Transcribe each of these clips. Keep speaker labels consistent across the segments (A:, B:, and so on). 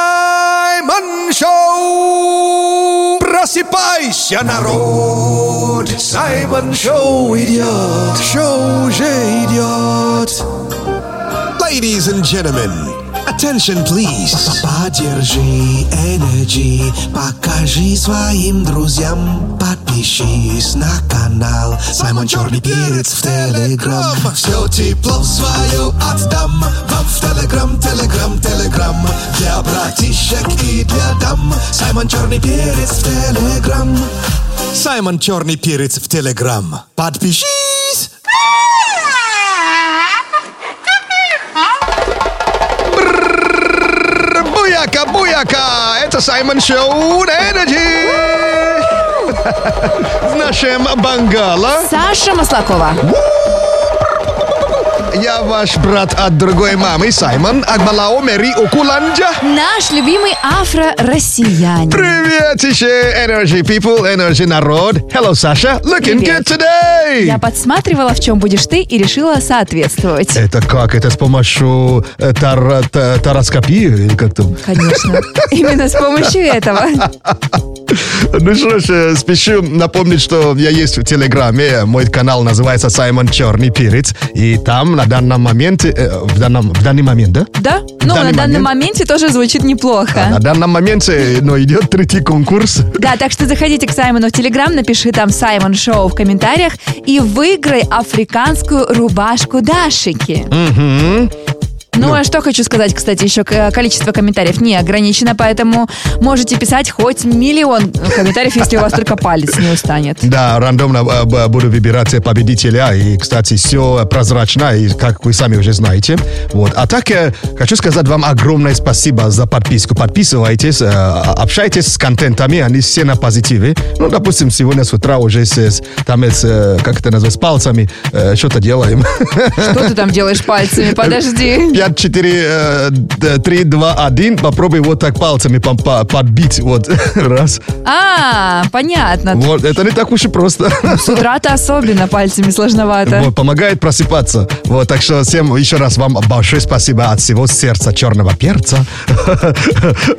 A: Саймон Шоу! Просыпайся, народ! Саймон Шоу идет! Шоу уже идет!
B: Ladies and gentlemen, attention please.
C: Поддержи Energy, покажи своим друзьям, подпишись на канал Саймон Черный Перец в Телеграм. Все тепло свое отдам вам в Телеграм, Телеграм, Телеграм. Для братишек и для дам Саймон Черный Перец в Телеграм.
B: Саймон Черный Перец в Телеграм. Подпишись!
A: Буяка, буяка! Это Саймон Шоу на Energy! В нашем бангала
D: Саша Маслакова.
A: я ваш брат от другой мамы, Саймон Акбалао Мери Укуланджа.
D: Наш любимый афро-россиянин.
A: Приветище, Energy People, Energy Народ. Hello, Саша. Looking
D: Привет.
A: good today.
D: Я подсматривала, в чем будешь ты, и решила соответствовать.
A: Это как? Это с помощью э, тар- та- тароскопии? Или как там?
D: Конечно. Именно с помощью этого.
A: Ну что ж, э, спешу напомнить, что я есть в Телеграме. Мой канал называется Саймон Черный Перец. И там на данном моменте, э, в, данном, в данный момент, да?
D: Да? Ну,
A: данный
D: на данном
A: момент.
D: моменте тоже звучит
A: На
D: неплохо.
A: данном моменте, э, но идет третий конкурс.
D: Да, так что заходите к Саймону в Телеграм, напиши там «Саймон Шоу» в комментариях и выиграй африканскую рубашку Дашики. Ну, а что хочу сказать, кстати, еще э, количество комментариев не ограничено, поэтому можете писать хоть миллион комментариев, если у вас только палец не устанет.
A: Да, рандомно э, б- буду выбирать э, победителя. И, кстати, все прозрачно, и как вы сами уже знаете. Вот. А так, э, хочу сказать вам огромное спасибо за подписку. Подписывайтесь, э, общайтесь с контентами, они все на позитиве. Ну, допустим, сегодня с утра уже с, с- там, с, э, как это называется, с пальцами э, что-то делаем.
D: Что ты там делаешь пальцами? Подожди.
A: 5, 4, 3, 2, 1. Попробуй вот так пальцами пом- по- подбить. Вот. Раз.
D: А, понятно.
A: Вот. Это не так уж и просто.
D: С утра-то особенно пальцами сложновато.
A: Вот, помогает просыпаться. Вот, так что всем еще раз вам большое спасибо от всего сердца черного перца.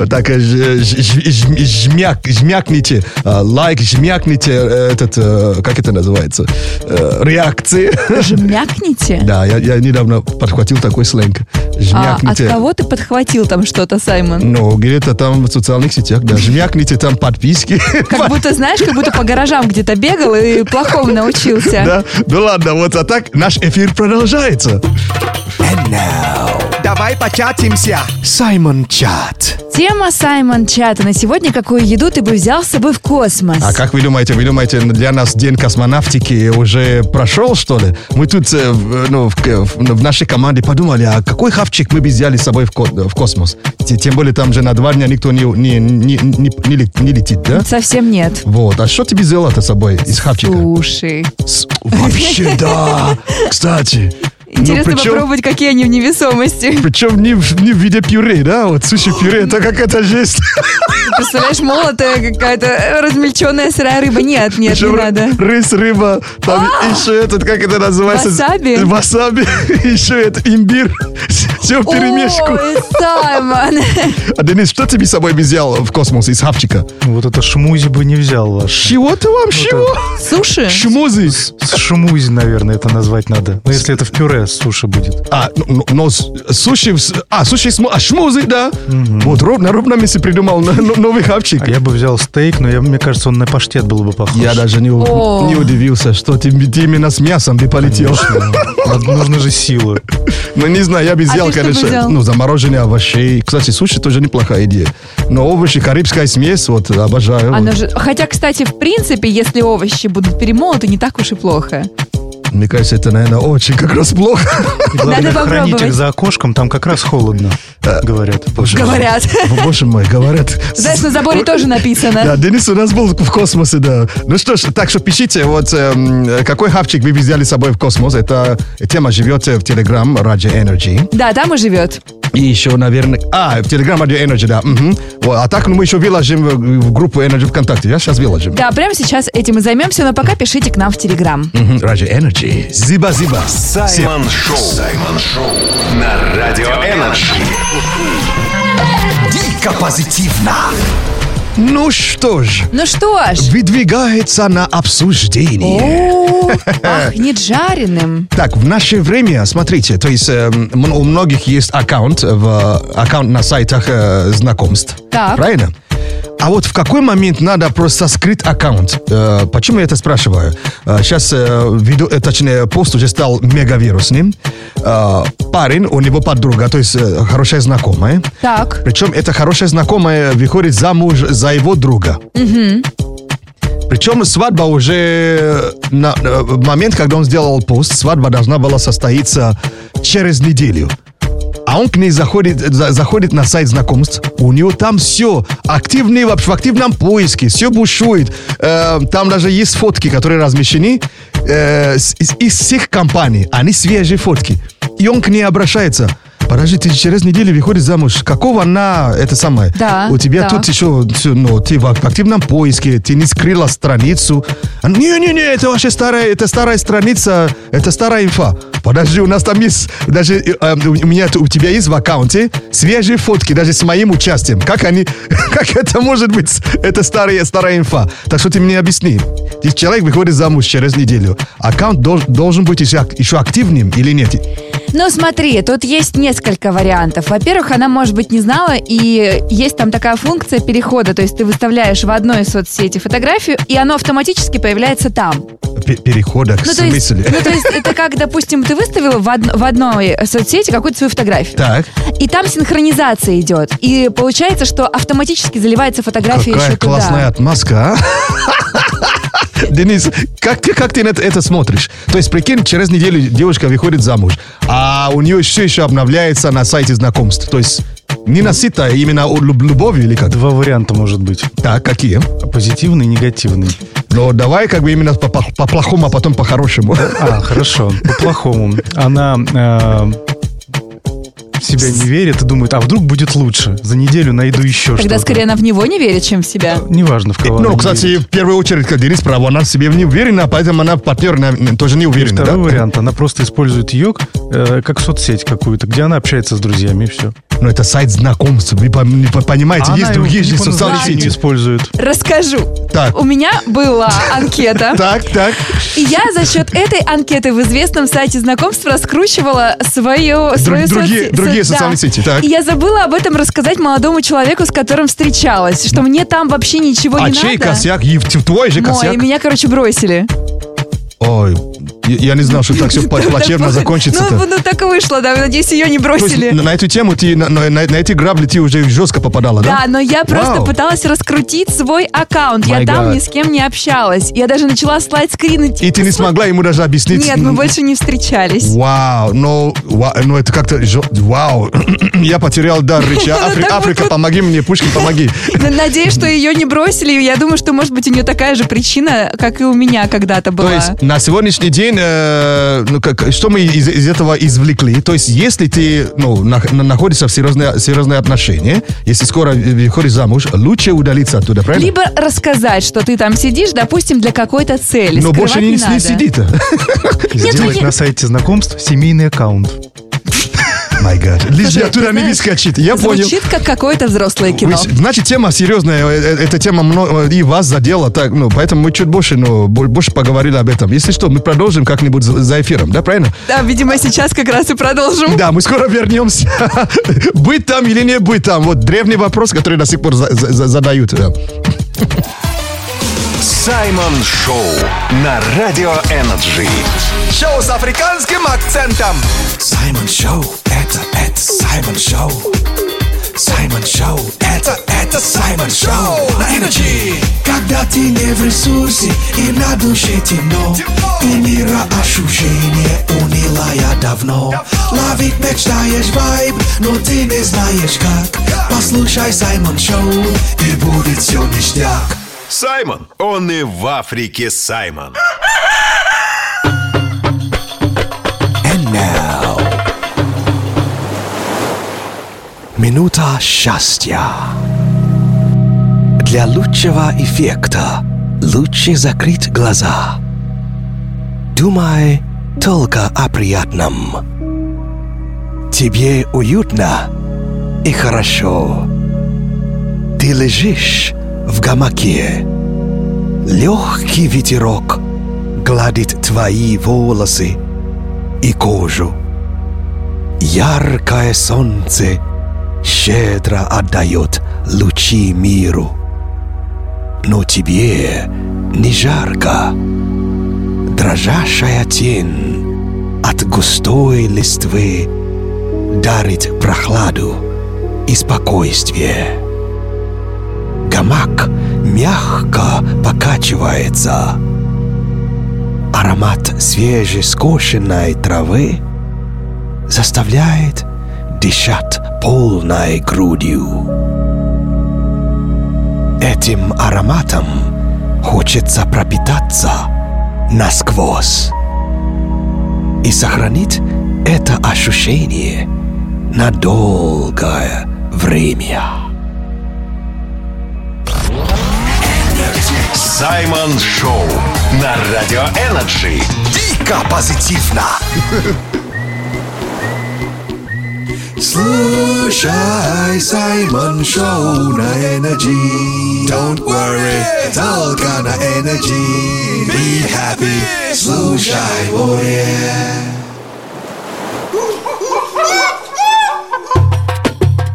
A: Так, э, ж- ж- ж- жмяк- жмякните э, лайк, жмякните э, этот, э, как это называется, Э, реакции.
D: Жмякните?
A: Да, я, я недавно подхватил такой сленг.
D: А, от
A: Жмякните.
D: кого ты подхватил там что-то, Саймон?
A: Ну, где-то там в социальных сетях, да. Жмякните там подписки.
D: Как будто, знаешь, как будто по гаражам где-то бегал и плохому научился.
A: Да? Ну ладно, вот а так наш эфир продолжается.
B: Давай початимся. Саймон Чат.
D: Тема Саймон Чата на сегодня. Какую еду ты бы взял с собой в космос?
A: А как вы думаете, вы думаете, для нас день космонавтики уже прошел, что ли? Мы тут э, в, ну, в, к- в- ну, в нашей команде подумали, а какой хавчик мы бы взяли с собой в, ко- э, в космос? Те- Тем более там же на два дня никто не, не, не, не, не лет- не летит, да?
D: Совсем нет.
A: Вот, а что тебе взяла-то с собой из хавчика?
D: Слушай.
A: С- Вообще, да! Кстати. Ну,
D: Интересно
A: причем-
D: попробовать, какие они в невесомости.
A: Причем не в, не в виде пюре, да? Вот суши-пюре, это какая-то жесть.
D: Представляешь, молотая какая-то размельченная сырая рыба. Нет, нет, не
A: Причем
D: надо.
A: Рис, рыба, там еще этот, как это называется?
D: Васаби?
A: Васаби, еще это имбирь. Все в перемешку.
D: Ой, Саймон.
A: А, Денис, что ты бы с собой взял в космос из хавчика? Ну
E: Вот это шмузи бы не взял ваш.
A: Чего ты вам, чего?
D: Суши?
A: Шмузы.
E: Шмузи, наверное, это назвать надо. Ну, если это в пюре суши будет.
A: А, ну, ну, но с- суши, с- а, суши, с му- а, шмузы, да. Вот, роб- на ровном месте придумал но- но- новый хавчик.
E: А я бы взял стейк, но я, мне кажется, он на паштет был бы похож.
A: Я даже не, у-
D: О.
A: не удивился, что ты, ты именно с мясом ты полетел.
E: Надо- Нужно же силы.
A: Ну, не знаю, я бы взял,
D: А ты что бы
A: конечно,
D: взял?
A: ну, замороженные овощи. Кстати, суши тоже неплохая идея. Но овощи, карибская смесь, вот, обожаю.
D: Оно
A: Вот.
D: же... Хотя, кстати, в принципе, если овощи будут перемолоты, не так уж и плохо.
A: Мне кажется, это, наверное, очень как раз плохо.
E: И главное,
D: Надо
E: хранить
D: попробовать.
E: их за окошком, там как раз холодно, говорят.
D: Говорят.
A: Боже мой, говорят.
D: Знаешь, на заборе тоже
A: Ну, Да,
D: написано.
A: Денис у нас был в космосе, да. Ну что ж, так что пишите, вот эм, какой хавчик вы бы взяли с собой в космос. Это тема живет э, в Телеграм Раджа Energy.
D: Да, там и живет.
A: И еще, наверное... А, в Телеграм Раджа Energy, да. мгм. Вот, а так ну, мы еще выложим в, в группу Energy ВКонтакте. Я сейчас выложим.
D: Да, прямо сейчас этим и займемся, но пока пишите к нам в Телеграм.
A: Мгм, Раджа Energy. Зиба-зиба. Всем
F: Саймон Шоу. Саймон Шоу на Радио Энерджи.
B: Только позитивно.
A: Ну что ж,
D: Ну что ж,
A: выдвигается на обсуждение.
D: Oh. О, пахнет жареным.
A: Так, в наше время, смотрите, то есть э, м- у многих есть аккаунт, в, э, аккаунт на сайтах э, знакомств.
D: Так.
A: Правильно? А вот в какой момент надо просто скрыть аккаунт? Э, почему я это спрашиваю? сейчас виду, э, точнее, пост уже стал мегавирусным. Э, парень, у него подруга, то есть э, хорошая знакомая.
D: Так,
A: Причем эта хорошая знакомая выходит замуж за его друга. Причем свадьба уже на, э, в момент, когда он сделал пост, свадьба должна была состоиться через неделю. А он к ней заходит, за- заходит на сайт знакомств. У него там все активный, вообще в активном поиске, все бушует. Э, там даже есть фотки, которые размещены э, с- из, из всех компаний. Они свежие фотки. И он к ней обращается. Подожди, ты через неделю выходишь замуж. Какого она, это самое?
D: Да,
A: У тебя
D: да.
A: тут еще, всё, ну, ты в активном поиске, ты не скрыла страницу. А, Не-не-не, это вообще старая, это старая страница, это старая инфа. Подожди, у нас там есть, даже э, э, у меня, у тебя есть в аккаунте свежие фотки, даже с моим участием. Как они, как это может быть? Это старая, старая инфа. Так что ты мне объясни. Ты- Человек выходит замуж через неделю. Аккаунт долж- должен быть еще, ак- еще активным или нет?
D: ну смотри, тут есть несколько вариантов. Во-первых, она, может быть, не знала, и есть там такая функция перехода, то есть ты выставляешь в одной соцсети фотографию, и оно автоматически появляется там.
A: Пе- Перехода к
D: Ну, то есть,
A: смысле.
D: ну, то есть это как, допустим, ты выставила в, од- в одной соцсети какую-то свою фотографию.
A: Так.
D: И там синхронизация идет. И получается, что автоматически заливается фотография
A: Какая
D: еще туда.
A: классная отмазка, а? Денис, как, ты- как ты на это, это смотришь? То есть, прикинь, через неделю девушка выходит замуж, а у нее все еще обновляется на сайте знакомств. То есть, не насыта именно у люб- любовью или как?
E: Два варианта может быть.
A: Так, какие?
E: Позитивный и негативный.
A: Но давай как бы именно по- по- по-плохому, а потом по-хорошему.
E: А, хорошо. По-плохому. Она э, в себя не верит и думает, а вдруг будет лучше. За неделю найду еще
D: Тогда
E: что-то.
D: скорее она в него не верит, чем в себя.
E: Неважно, в кого она
A: Ну,
E: не
A: кстати,
E: верит.
A: в первую очередь, как Денис прав, она в себе не уверена, поэтому она в партнере наверное, тоже не
E: И
A: уверена,
E: второй
A: да?
E: вариант, она просто использует ее э, как соцсеть какую-то, где она общается с друзьями и все.
A: Но это сайт знакомств, вы пом- не по- понимаете,
E: А
A: есть
E: она его
A: другие
E: не
A: же
E: по
A: социальные
E: назначению
A: сети.
E: использует.
D: Расскажу.
A: Так.
D: У меня была анкета.
A: Так, так.
D: И я за счет этой анкеты в известном сайте знакомств раскручивала свою, свою
A: другие-
D: соцсе-
A: другие
D: со-
A: социальные сети, так.
D: И я забыла об этом рассказать молодому человеку, с которым встречалась, что мне там вообще ничего
A: А
D: не
A: чей
D: надо.
A: косяк? И в- твой же
D: Мой,
A: косяк?
D: и меня, короче, бросили.
A: Ой, я я не знал, что так все плачевно
D: Ну,
A: закончится-то.
D: ну, так и вышло, да. Надеюсь, ее не
A: То есть
D: бросили.
A: на на эту тему ты, на, на- на эти грабли ты уже жестко попадала, да?
D: Да, но я просто
A: Вау.
D: пыталась раскрутить свой аккаунт. Я
A: My
D: там
A: God.
D: ни с кем не общалась. Я даже начала слать скрины.
A: И ты не смогла ему даже объяснить?
D: Нет, ну, мы больше не встречались.
A: Вау, ну, ва- ну это как-то... жё- Вау, я потерял дар речи. Афри-
D: Ну, так вот
A: Африка,
D: тут-
A: помоги мне, Пушкин, помоги.
D: Н- Надеюсь, что ее не бросили. Я думаю, что, может быть, у нее такая же причина, как и у меня когда-то
A: То
D: была.
A: есть на сегодняшний день, э, ну, как, что мы из, из этого извлекли? То есть если ты ну, на- на- находишься в серьезные, серьезные отношения, если скоро выходишь замуж, лучше удалиться оттуда, правильно?
D: Либо рассказать, что ты там сидишь, допустим, для какой-то цели.
A: Но
D: Скрывать
A: больше не,
D: не,
A: не
D: надо.
A: сидит.
E: И
D: Нет,
E: сделать
D: ну я-
E: на сайте знакомств семейный аккаунт.
A: My God. Лишь
D: Слушай,
A: я туда
D: ты
A: не
D: знаешь,
A: выскочит. Я понял.
D: Звучит как какое-то взрослое кино.
A: Вы- Значит, тема серьезная, э, э, эта тема мно- э, и вас задела, так, ну, поэтому мы чуть больше, ну, бо- больше поговорили об этом. Если что, мы продолжим как-нибудь за, за эфиром, да, правильно?
D: Да, видимо, сейчас как раз и продолжим.
A: Да, мы скоро вернемся. Быть там или не быть там, вот древний вопрос, который до сих пор за- за- за- задают. да.
B: Саймон Шоу на Радио Энерджи. Шоу с африканским акцентом.
C: Саймон Шоу, это, это Саймон Шоу. Саймон Шоу, это, это Саймон Шоу. На Энерджи. Когда ты не в ресурсе и на душе темно, у мира ощущение унила я давно. Ловить мечтаешь вайб, но ты не знаешь как. Послушай Саймон Шоу, и будет все ништяк.
F: Саймон, он и в Африке Саймон.
C: And now. Минута счастья. Для лучшего эффекта лучше закрыть глаза. Думай только о приятном. Тебе уютно и хорошо. Ты лежишь в гамаке. Легкий ветерок гладит твои волосы и кожу. Яркое солнце щедро отдает лучи миру. Но тебе не жарко. Дрожащая тень от густой листвы дарит прохладу и спокойствие. Гамак мягко покачивается. Аромат свежескошенной травы заставляет дышать полной грудью. Этим ароматом хочется пропитаться насквозь и сохранить это ощущение на долгое время.
B: Саймон Шоу на Радио Энерджи.
C: Дико позитивно! Слушай Саймон Шоу на Energy. Don't worry, только на Energy. Be happy, слушай море.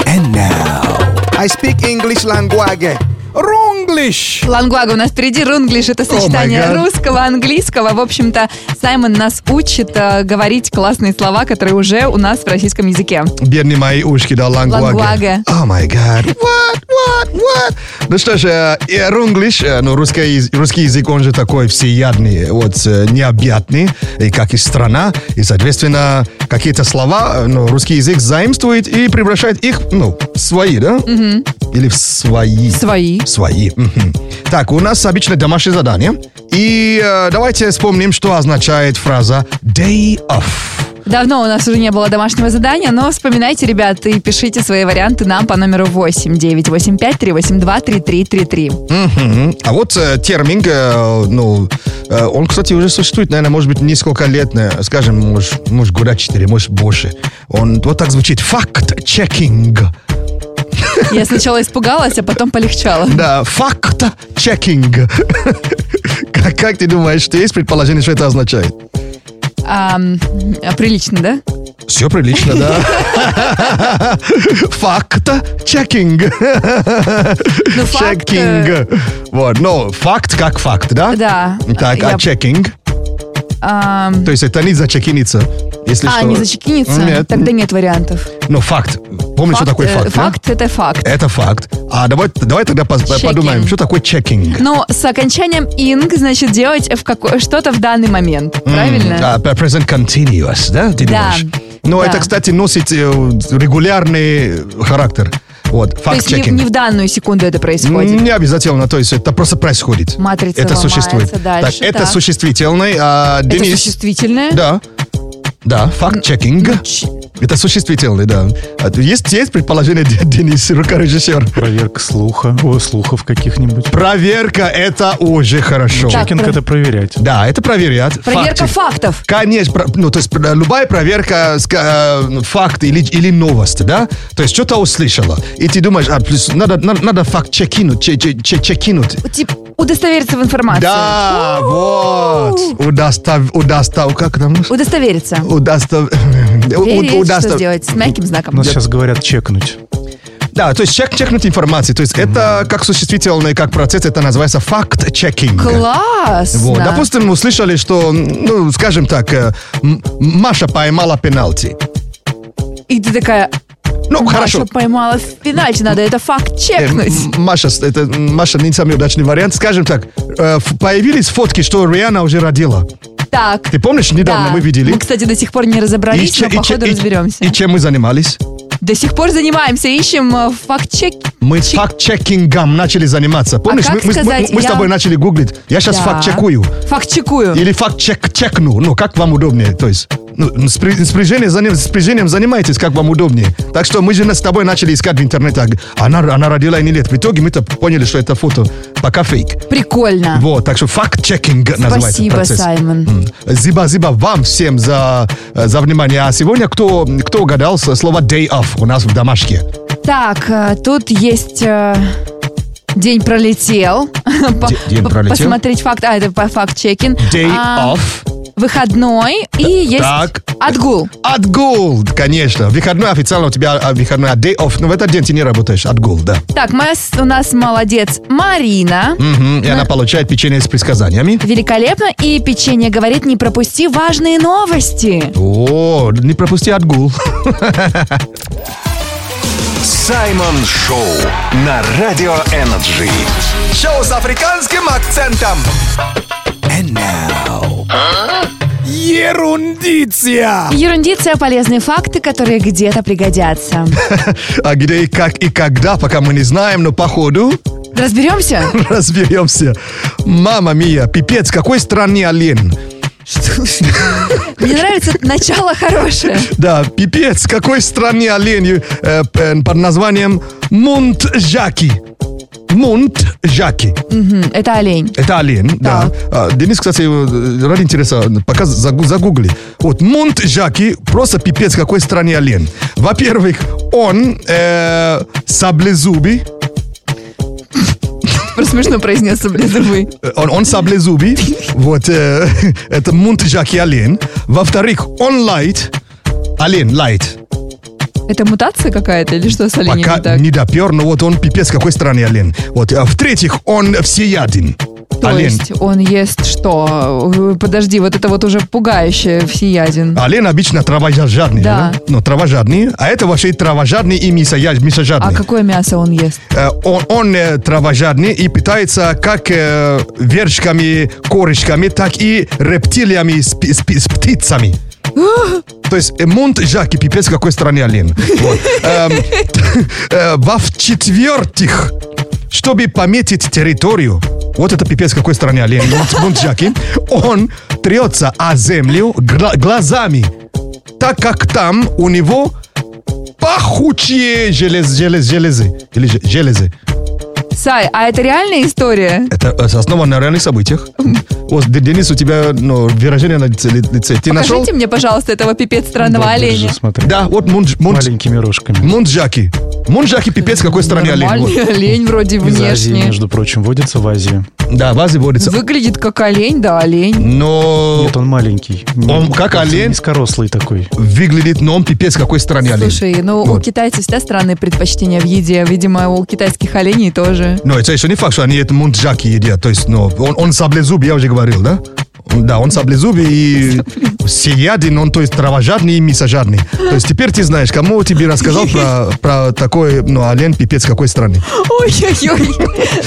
C: And now,
G: I speak English language. Ronglish!
D: Лангуага у нас впереди, рунглиш — это сочетание
A: my God.
D: русского, английского. В общем-то, Саймон нас учит э, говорить классные слова, которые уже у нас в российском языке.
A: Бедные мои ушки, да, лангуаге.
D: Лангуаге.
A: О май гад. What, what, what? Oh Ну что ж, э, рунглиш, э, ну, русский, яз- русский язык, он же такой всеядный, вот, э, необъятный, и как и страна, и, соответственно, какие-то слова, э, ну, русский язык заимствует и превращает их, ну, в свои, да? Или в свои.
D: Свои.
A: Свои. мгм. Так, у нас обычно домашнее задание. И э, давайте вспомним, что означает фраза day off.
D: Давно у нас уже не было домашнего задания, но вспоминайте, ребята, и пишите свои варианты нам по номеру 8 985 382 3333.
A: Мгм. А вот э, термин, э, ну, э, он, кстати, уже существует, наверное, может быть, несколько лет, э, скажем, может, может года 4, может, больше. Он вот так звучит. Факт-чекинг.
D: Я сначала испугалась, а потом полегчало.
A: Да, факт-чекинг. Как, как ты думаешь, что есть предположение, что это означает?
D: Ам, а, прилично, да?
A: Все прилично, да. Факт-чекинг.
D: Ну, факт, э,
A: Чекинг. Вот, ну, факт как факт, да?
D: Да.
A: Так, а
D: Я-
A: чекинг?
D: ам,
A: То есть это не зачекиниться, если
D: а,
A: что.
D: не зачекиниться?
A: Нет.
D: Тогда нет вариантов.
A: Ну, факт. Помнишь, что такое
D: э,
A: факт, да?
D: факт это факт.
A: Это факт. А давай, давай тогда пос-
D: Checking.
A: подумаем, что такое чекинг?
D: Но Ну, с окончанием ing, значит, делать в какой- что-то в данный момент. Правильно?
A: А, present continuous, да, ты
D: Да.
A: думаешь? Но
D: Да.
A: это, кстати, носит э, регулярный характер. Вот,
D: То
A: факт
D: есть не,
A: чекинг.
D: не в данную секунду это происходит.
A: Не обязательно, то есть это просто происходит.
D: Матрица
A: это
D: ломается
A: существует.
D: дальше,
A: так, это
D: так.
A: существительный, а
D: Это
A: Денис...
D: существительное?
A: Да. Да, факт чекинг.
D: ч-
A: Это существительный, да. А то Есть, есть предположение, Де- Денис, рукорежиссер.
E: Проверка слуха. О, слухов каких-нибудь.
A: Проверка это уже хорошо.
D: Так,
E: Чекинг
D: про-
E: это проверять.
A: Да, это проверят. Факты.
D: Проверка фактов.
A: Конечно, про- ну, то есть про- любая проверка ска- э, факт или, или новость, да? То есть что-то услышала, и ты думаешь, а, плюс, надо, надо, надо факт чекинуть, че- че- че- чекинуть.
D: Тип, удостовериться в информации.
A: Да, вот. Удостав... Удостав... Как там?
D: Удостовериться.
A: Удостав... у- Ну, у-
D: Верить, что
A: удостав-
D: сделать с мягким знаком.
E: Нас сейчас говорят чекнуть.
A: Да, то есть чек, чекнуть информацию. То есть это как существительное, как процесс, это называется факт-чекинг.
D: Классно.
A: Вот. Допустим, услышали, что, ну, скажем так, э, М- Маша поймала пенальти.
D: И ты такая,
A: Ну,
D: Маша
A: хорошо.
D: поймала в пенальти, надо это факт
A: Э, м-
D: чекнуть.
A: Маша, с- это, м, Маша не самый удачный вариант. Скажем так, э, ф- появились фотки, что Риана уже родила.
D: Так.
A: Ты помнишь, недавно
D: да.
A: мы видели?
D: Мы, кстати, до сих пор не разобрались,
A: че-
D: но,
A: че-
D: походу,
A: и-
D: разберемся.
A: и чем мы занимались?
D: До сих пор занимаемся, ищем э, факт-чек.
A: Мы факт-чекингом начали заниматься. Помнишь,
D: А как
A: мы, мы- мы-
D: сказать,
A: мы с
D: я-
A: тобой начали гуглить. Я сейчас
D: Да.
A: факт-чекую.
D: Факт-чекую.
A: Или факт-чекну. Ну, как вам удобнее. То есть, ну, с, при- с прижением, заним- с прижением занимайтесь, как вам удобнее. Так что мы же на- с тобой начали искать в интернете. а Она, она родила или нет. В итоге мы-то поняли, что это фото пока фейк.
D: Прикольно.
A: Вот, так что факт-чекинг называется
D: А. Спасибо,
A: процесс.
D: Саймон.
A: М. Зиба-зиба вам всем за, э, за внимание. А сегодня кто, кто угадал с- слово day off у нас в домашке?
D: Так, э, тут есть э, День пролетел. По-
A: день
D: по-
A: пролетел.
D: Посмотреть факт. А, это по факт-чекин.
A: Day
D: А,
A: off.
D: Выходной. И есть
A: Так.
D: отгул.
A: Отгул, конечно. Выходной официально у тебя а, выходной, а day off. Но в этот день ты не работаешь. Отгул, да.
D: Так, мы с- у нас молодец Марина.
A: Мгм, И она получает печенье с предсказаниями.
D: Великолепно. И печенье говорит, не пропусти важные новости.
A: О, не пропусти отгул.
B: Саймон Шоу на Радио Энерджи.
G: Шоу с африканским акцентом.
A: А.
G: Ерундиция.
D: Ерундиция, полезные факты, которые где-то пригодятся.
A: А где и как и когда, пока мы не знаем, но походу
D: Разберемся?
A: разберемся. Мама мия, пипец, какой странный олень.
D: Мне нравится начало хорошее.
A: Да, пипец, какой странный олень э, э, под названием Мунт-Жаки. Мунт-Жаки.
D: М, Это олень.
A: Это олень, да. А, Денис, кстати, э, ради интереса, пока загу- загугли. Вот Мунт Жаки просто пипец какой стране олень. Во-первых, он э, саблезубый,
D: Просто смешно произнес саблезубый.
A: Э, он, он саблезубый, вот, э, это Мунт Жаки олень. Во-вторых, он лайт, олень лайт.
D: Это мутация какая-то или что с оленем
A: Пока
D: не так?
A: не допер, но вот он пипец какой стране олень. Вот, а в-третьих, он всеяден.
D: То
A: олень.
D: есть он ест что? Э, Подожди, вот это вот уже пугающее всеяден.
A: Олень А обычно травожадный,
D: Да.
A: но травожадный, а это вообще и травожадный и мясоя- мясожадный.
D: А какое мясо он ест?
A: Э, он, он э, травожадный и питается как э, вершками, корешками, так и рептилиями с, пи- с пи- с птицами. То есть э, Монт Жаки, пипец, какой стране олень. Вот. Эм, э, Во в-четвертых, чтобы пометить территорию, вот это пипец, какой стране олень, Монт- Монт Жаки, он трется о землю гла- глазами, так как там у него пахучие желез, желез, железы. Или же- железы.
D: Сай, а это реальная история?
A: Это э, основано на реальных событиях. Вот, Д- Денис, у тебя ну, выражение на лице. ли- лице. Ты нашел? Ну,
D: Покажите мне, пожалуйста, этого пипец странного
E: Вот,
D: оленя.
E: держи, смотри.
A: Да, вот мунж, мунж,
E: Маленькими рожками.
A: мунджаки. Мунджаки, пипец, какой стране олень.
D: Нормальный олень вроде
E: Из Азии,
D: внешне.
E: между прочим, водится в Азии.
A: Вот. Да, базы водится.
D: Выглядит как олень, да, олень.
A: Но
E: Нет, он маленький.
A: Ну, Он
E: Не-
A: как олень?
E: Низкорослый такой.
A: выглядит, но он пипец, какой стране олень.
D: Слушай, ну у
A: Вот.
D: китайцев всегда странные предпочтения в еде. Видимо, у китайских оленей тоже.
A: Но это еще не факт, что они это мунджаки едят. То есть, ну, он, он саблезубый, я уже говорил, да? Да, он саблезубый и всеяден, он, то есть, травожадный и мясожадный. То есть, теперь ты знаешь, кому тебе рассказал про, про такой, ну, олень, пипец, какой страны.
D: Ой-ой-ой.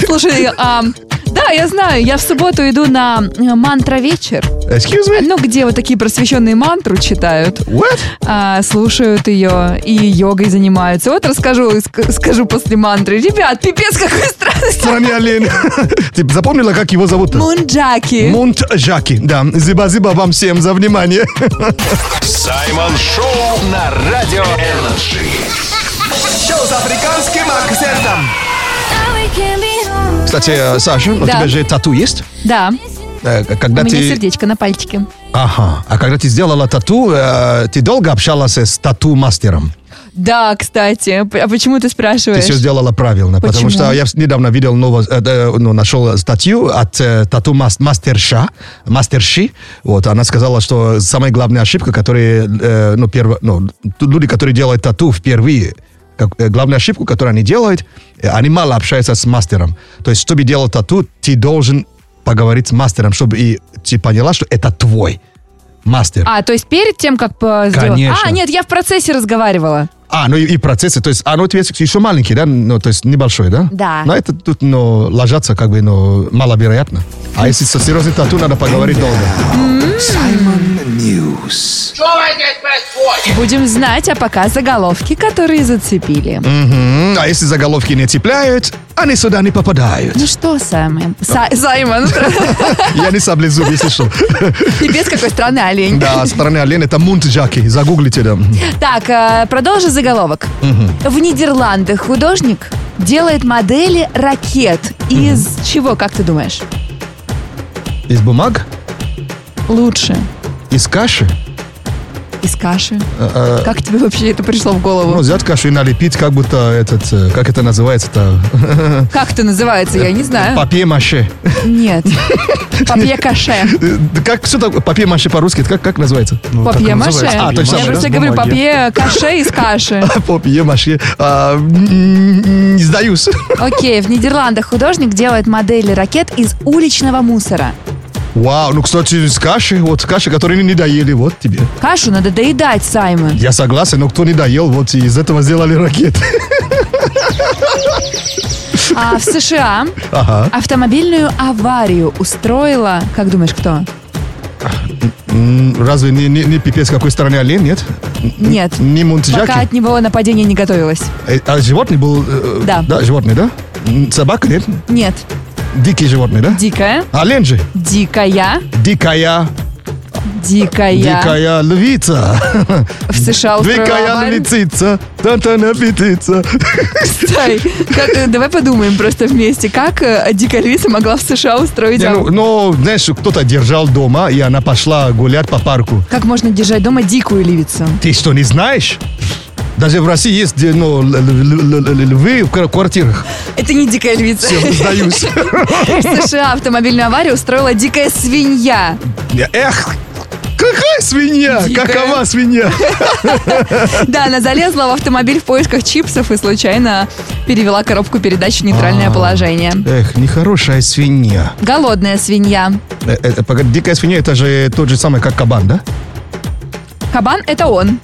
D: Слушай, а, да, я знаю, я в субботу иду на э, мантра-вечер.
A: Excuse me?
D: Ну, где вот такие просвещенные мантру читают,
A: What?
D: а, слушают ее и йогой занимаются. Вот расскажу, ск- скажу после мантры. Ребят, пипец, какой странный.
A: Стране олень. Ты запомнила, как его зовут?
D: Мунджаки.
A: Мунджаки, да. Зиба-зиба вам всем за внимание.
B: Саймон Шоу на Радио Энерджи.
G: Шоу с африканским акцентом.
A: Кстати, э, Саша, у
D: Да.
A: тебя же тату есть?
D: Да,
A: Э, Когда
D: у меня
A: ты...
D: сердечко на пальчике.
A: Ага. А когда ты сделала тату, э, ты долго общалась с тату-мастером?
D: Да, кстати. П- А почему ты
A: Ты
D: спрашиваешь?
A: все сделала правильно, потому
D: Почему?
A: что я недавно видел новость, э, э, ну, нашел статью от э, тату-мастерша, мастерши. Вот, она сказала, что самая главная ошибка, которые, э, ну, перво, ну, ту- люди, которые делают тату впервые, как, э, главную ошибку, которую они делают, э, они мало общаются с мастером. То есть, чтобы делать тату, ты должен поговорить с мастером, чтобы и ты поняла, что это твой мастер.
D: А, то есть перед тем, как по- сделать-
A: Конечно.
D: А, нет, я в процессе разговаривала.
A: А, ну и, и процессы, то есть оно у тебя еще маленький, да? Ну, то есть небольшой, да?
D: Да.
A: Но это тут, ну, ложатся как бы, ну, маловероятно. А если со серьезной тату, надо поговорить долго.
D: Будем знать, а пока заголовки, которые зацепили.
A: М, А если заголовки не цепляют, они сюда не попадают.
D: Ну что, Саймон? Са- Саймон, ну
A: Я не саблезуб, если что.
D: пипец какой странный олень.
A: Да, стороны олень, это мунтджаки, загуглите там.
D: Так, э, продолжу заголовок. В Нидерландах художник делает модели ракет. Из чего, как ты думаешь?
A: Из бумаг?
D: Лучше.
A: Из каши?
D: из каши. Как тебе вообще это пришло в
A: Ну,
D: голову?
A: взять кашу и налепить, как будто этот, э, как это называется-то,
D: Как это называется? Я не знаю.
A: папье-маше.
D: Нет. Папье-каше.
A: Э, да Как, что такое папье-маше по-русски, это как, как называется?
E: Ну, так и
D: Папье-маше?
E: называется.
A: А, то есть
D: Я
A: там
D: просто
E: из
D: говорю,
E: бумаги.
D: папье-каше из каши.
A: Папье-маше. А, м, м, Не сдаюсь.
D: Окей, в Нидерландах художник делает модели ракет из уличного мусора.
A: Вау, ну, кстати, с каши, вот с каши, которую не доели, вот тебе.
D: Кашу надо доедать, Саймон.
A: Я согласен, но кто не доел, вот из этого сделали ракеты.
D: А в США
A: Ага.
D: автомобильную аварию устроила, как думаешь, кто?
A: М, Разве не, не, не пипец какой страны олень, нет?
D: Нет.
A: Не
D: Пока
A: мунтижаки?
D: от него нападение не готовилось.
A: Э, А животный был... э,
D: Да.
A: Да, животный, да? М, Собака, нет?
D: Нет.
A: Дикие животные, да?
D: Дикая,
A: Олень же.
D: дикая,
A: Дикая,
D: дикая.
A: дикая львица.
D: В США устроила
A: Дикая
D: аварию.
A: львица. Тантана птица.
D: Стой. Как, э, давай подумаем просто вместе, как э, дикая львица могла в США устроить
A: Не,
D: аварию?
A: Ну, ну, знаешь, кто-то держал дома, и она пошла гулять по парку.
D: Как можно держать дома дикую львицу?
A: Ты что, не знаешь? Даже в России есть где, ну, л- л- л- л- львы в квар- квартирах.
D: Это не дикая львица.
A: Все, сдаюсь.
D: В США автомобильную аварию устроила дикая свинья.
A: Эх, какая свинья?
D: Дикая.
A: Какова свинья?
D: Да, она залезла в автомобиль в поисках чипсов и случайно перевела коробку передач в
A: А.
D: нейтральное положение.
A: Эх, нехорошая свинья.
D: Голодная свинья.
A: Э, э, погоди, дикая свинья, это же тот же самый, как кабан, да?
D: Кабан — это он.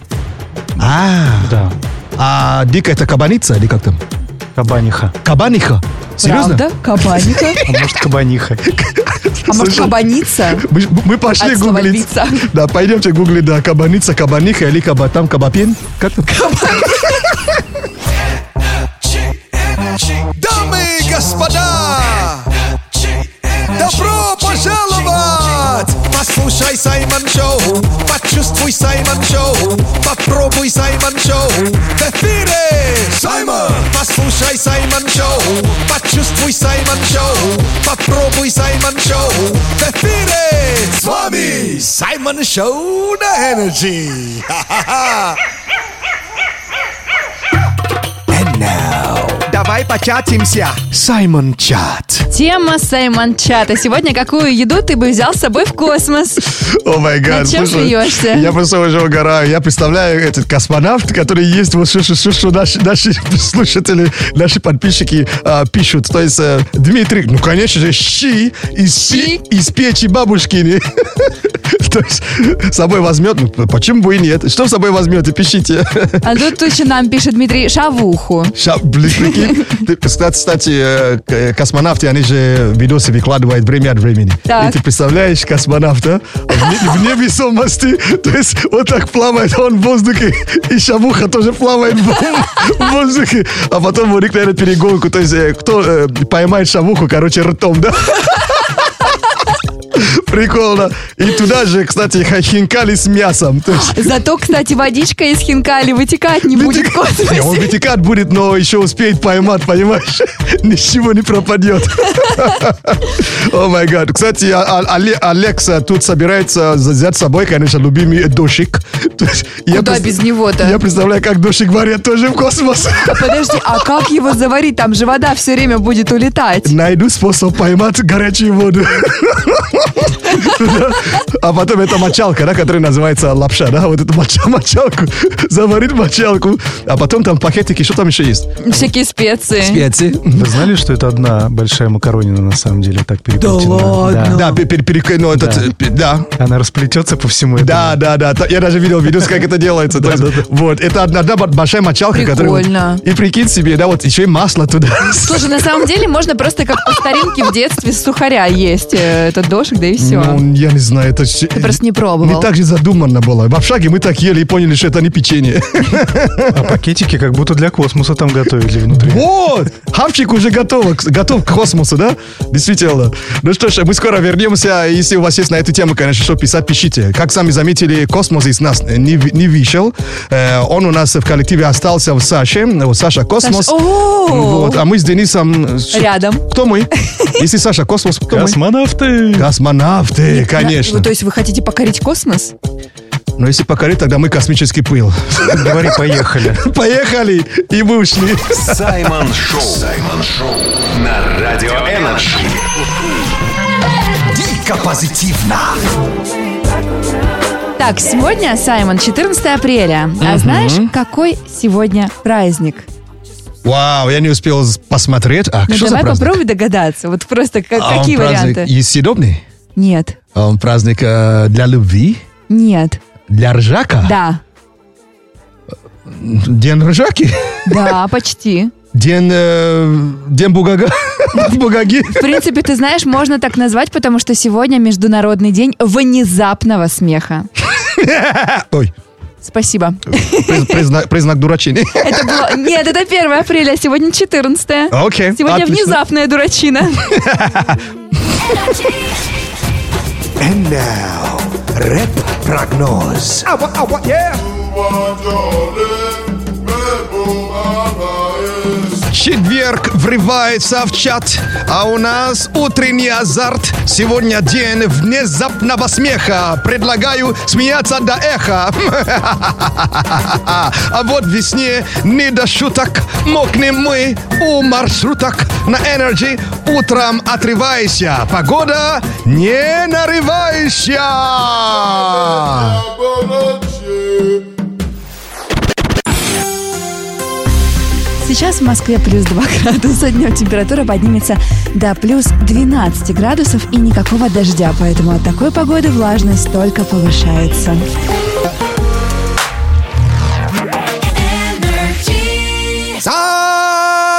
A: А,
E: Да.
A: а дикая это кабаница или как там?
E: Кабаниха.
A: Кабаниха? Серьезно?
D: Правда? Кабаника.
E: А может, кабаниха.
D: А может,
A: Слушай,
D: кабаница?
A: Мы, ж- мы пошли
D: От слова
A: гуглить.
D: львица.
A: Да, пойдемте гуглить, да, кабаница, кабаниха или каба, там кабапин. Как там?
G: Дамы и господа! Добро пожаловать! Послушай Саймон Шоу, почувствуй Саймон Шоу, попробуй Саймон Шоу. В эфире Саймон! Послушай Саймон Шоу, почувствуй Саймон Шоу, попробуй Саймон Шоу. В эфире с вами Саймон Шоу на Energy. Давай початимся. Саймон Чат.
D: Тема Саймон Чата. Сегодня какую еду ты бы взял с собой в космос?
A: О май гад.
D: Над чем
A: слушай,
D: смеешься?
A: Я просто уже угораю. Я представляю этот космонавт, который есть, вот что, что- что- что наши, наши слушатели, наши подписчики а, пишут. То есть э, Дмитрий, ну, конечно же, щи из, пи-
D: Щи?
A: из печи бабушкины. То есть с собой возьмет, ну, почему бы и нет? Что с собой возьмет? Пишите.
D: А тут еще нам пишет Дмитрий шавуху.
A: Ща, блин, прикинь. Ты, Кстати, кстати, э, к- космонавты, они же видосы выкладывают время от времени.
D: Так.
A: И ты представляешь космонавта в, не- в невесомости, то есть вот так плавает он в воздухе, и шавуха тоже плавает в, в воздухе, а потом у них, наверное, перегонку, то есть э, кто э, поймает шавуху, короче, ртом, да? Прикольно. И туда же, кстати, ха- хинкали с мясом. То есть
D: Зато, кстати, водичка из хинкали вытекать не будет в
A: не, он
D: космосе.
A: вытекать будет, но еще успеет поймать, понимаешь? Ничего не пропадет. О май гад. Кстати, а- а- Але- Алекса тут собирается взять с собой, конечно, любимый дошик. То есть я
D: Куда
A: пред-
D: без него-то?
A: Я представляю, как дошик варят тоже в космос.
D: Подожди, а как его заварить? Там же вода все время будет улетать.
A: Найду способ поймать горячую воду. А потом это мочалка, да, которая называется лапша, да, вот эту моча- мочалку. Заварит мочалку, а потом там пакетики, что там еще есть?
D: Всякие специи.
A: Специи.
E: Вы знали, что это одна большая макаронина на самом деле так переплетена?
D: ладно?
A: Да, пе- пе- перек- ну, этот, э, пе- да.
E: Она расплетется по всему этому.
A: Да, да, да. Та- Я даже видел видос, как это делается. То есть, Вот, это одна одна бо- большая мочалка, которая... вот-
D: Прикольно.
A: И прикинь себе, да, вот еще и масло туда.
D: Слушай, на самом деле можно просто как по старинке в детстве с сухаря есть э, этот дошик, да и все.
A: Ну, я не знаю, это... Ты
D: просто не пробовал.
A: Не так же задумано было. В общаге мы так ели и поняли, что это не печенье.
E: А пакетики как будто для космоса там готовили внутри.
A: Вот! Хавчик уже готов, готов к космосу, да? Действительно. Ну что ж, мы скоро вернемся. Если у вас есть на эту тему, конечно, что писать, пишите. Как сами заметили, космос из нас не, ви- не вышел. Э, он у нас в коллективе остался в Саше. Вот Саша Космос.
D: Саша- О!
A: Вот, а мы с Денисом... э, с-
D: Рядом.
A: Кто мы? Если Саша Космос, кто мы?
E: Космонавты!
A: Космонавты,
D: Ну,
A: конечно.
D: то есть вы хотите покорить космос?
A: Но если покорить, тогда мы космический пыл.
E: Говори, поехали.
A: Поехали! И мы ушли.
B: Саймон Шоу. Саймон Шоу. На Радио Энерджи.
G: Дико позитивно.
D: Так, сегодня, Саймон, 14 апреля. А знаешь, какой сегодня праздник?
A: Вау, я не успел с- посмотреть. А,
D: Ну,
A: что за
D: давай
A: праздник?
D: попробуй догадаться. Вот просто как-
A: А он
D: какие
A: праздник
D: варианты?
A: Съедобный?
D: Нет,
A: А Он праздник э, для любви?
D: нет,
A: Для ржака?
D: да,
A: День ржаки?
D: да, почти.
A: День, э, день бугага? Бугаги?
D: В принципе, ты знаешь, можно так назвать, потому что сегодня Международный день внезапного смеха.
A: Ой,
D: Спасибо.
A: приз- признак, признак дурачины.
D: Это было... Нет, это 1 апреля, а сегодня 14.
A: Окей,
D: Сегодня
A: отлично.
D: внезапная дурачина.
G: And now, рэп-прогноз.
C: Oh,
A: Четверг врывается в чат, а у нас утренний азарт. Сегодня день внезапного смеха. Предлагаю смеяться до эха. А вот весне не до шуток. Мокнем мы у маршруток. На Energy утром отрывайся. Погода не нарывайся.
D: Сейчас в Москве плюс 2 градуса, днем температура поднимется до плюс 12 градусов и никакого дождя, поэтому от такой погоды влажность только повышается.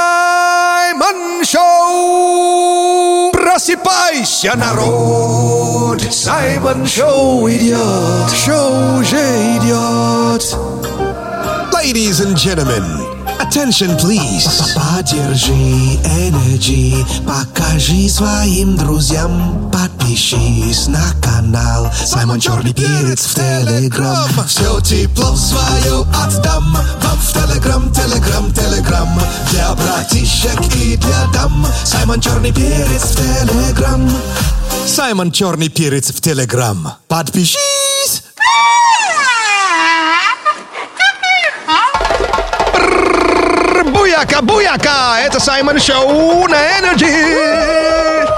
G: Саймон Шоу! Просыпайся, народ! Саймон Шоу идет! Шоу уже идет!
C: Ladies and gentlemen, attention please. Поддержи Energy, покажи своим друзьям. Подпишись на канал Саймон Черный Перец в Телеграм. Все тепло свое отдам вам в Телеграм, Телеграм, Телеграм. Для братишек и для дам Саймон Черный Перец в Телеграм. Саймон Черный Перец в Телеграм. Подпишись!
A: Буяка, буяка! Это Саймон Шоу на Energy!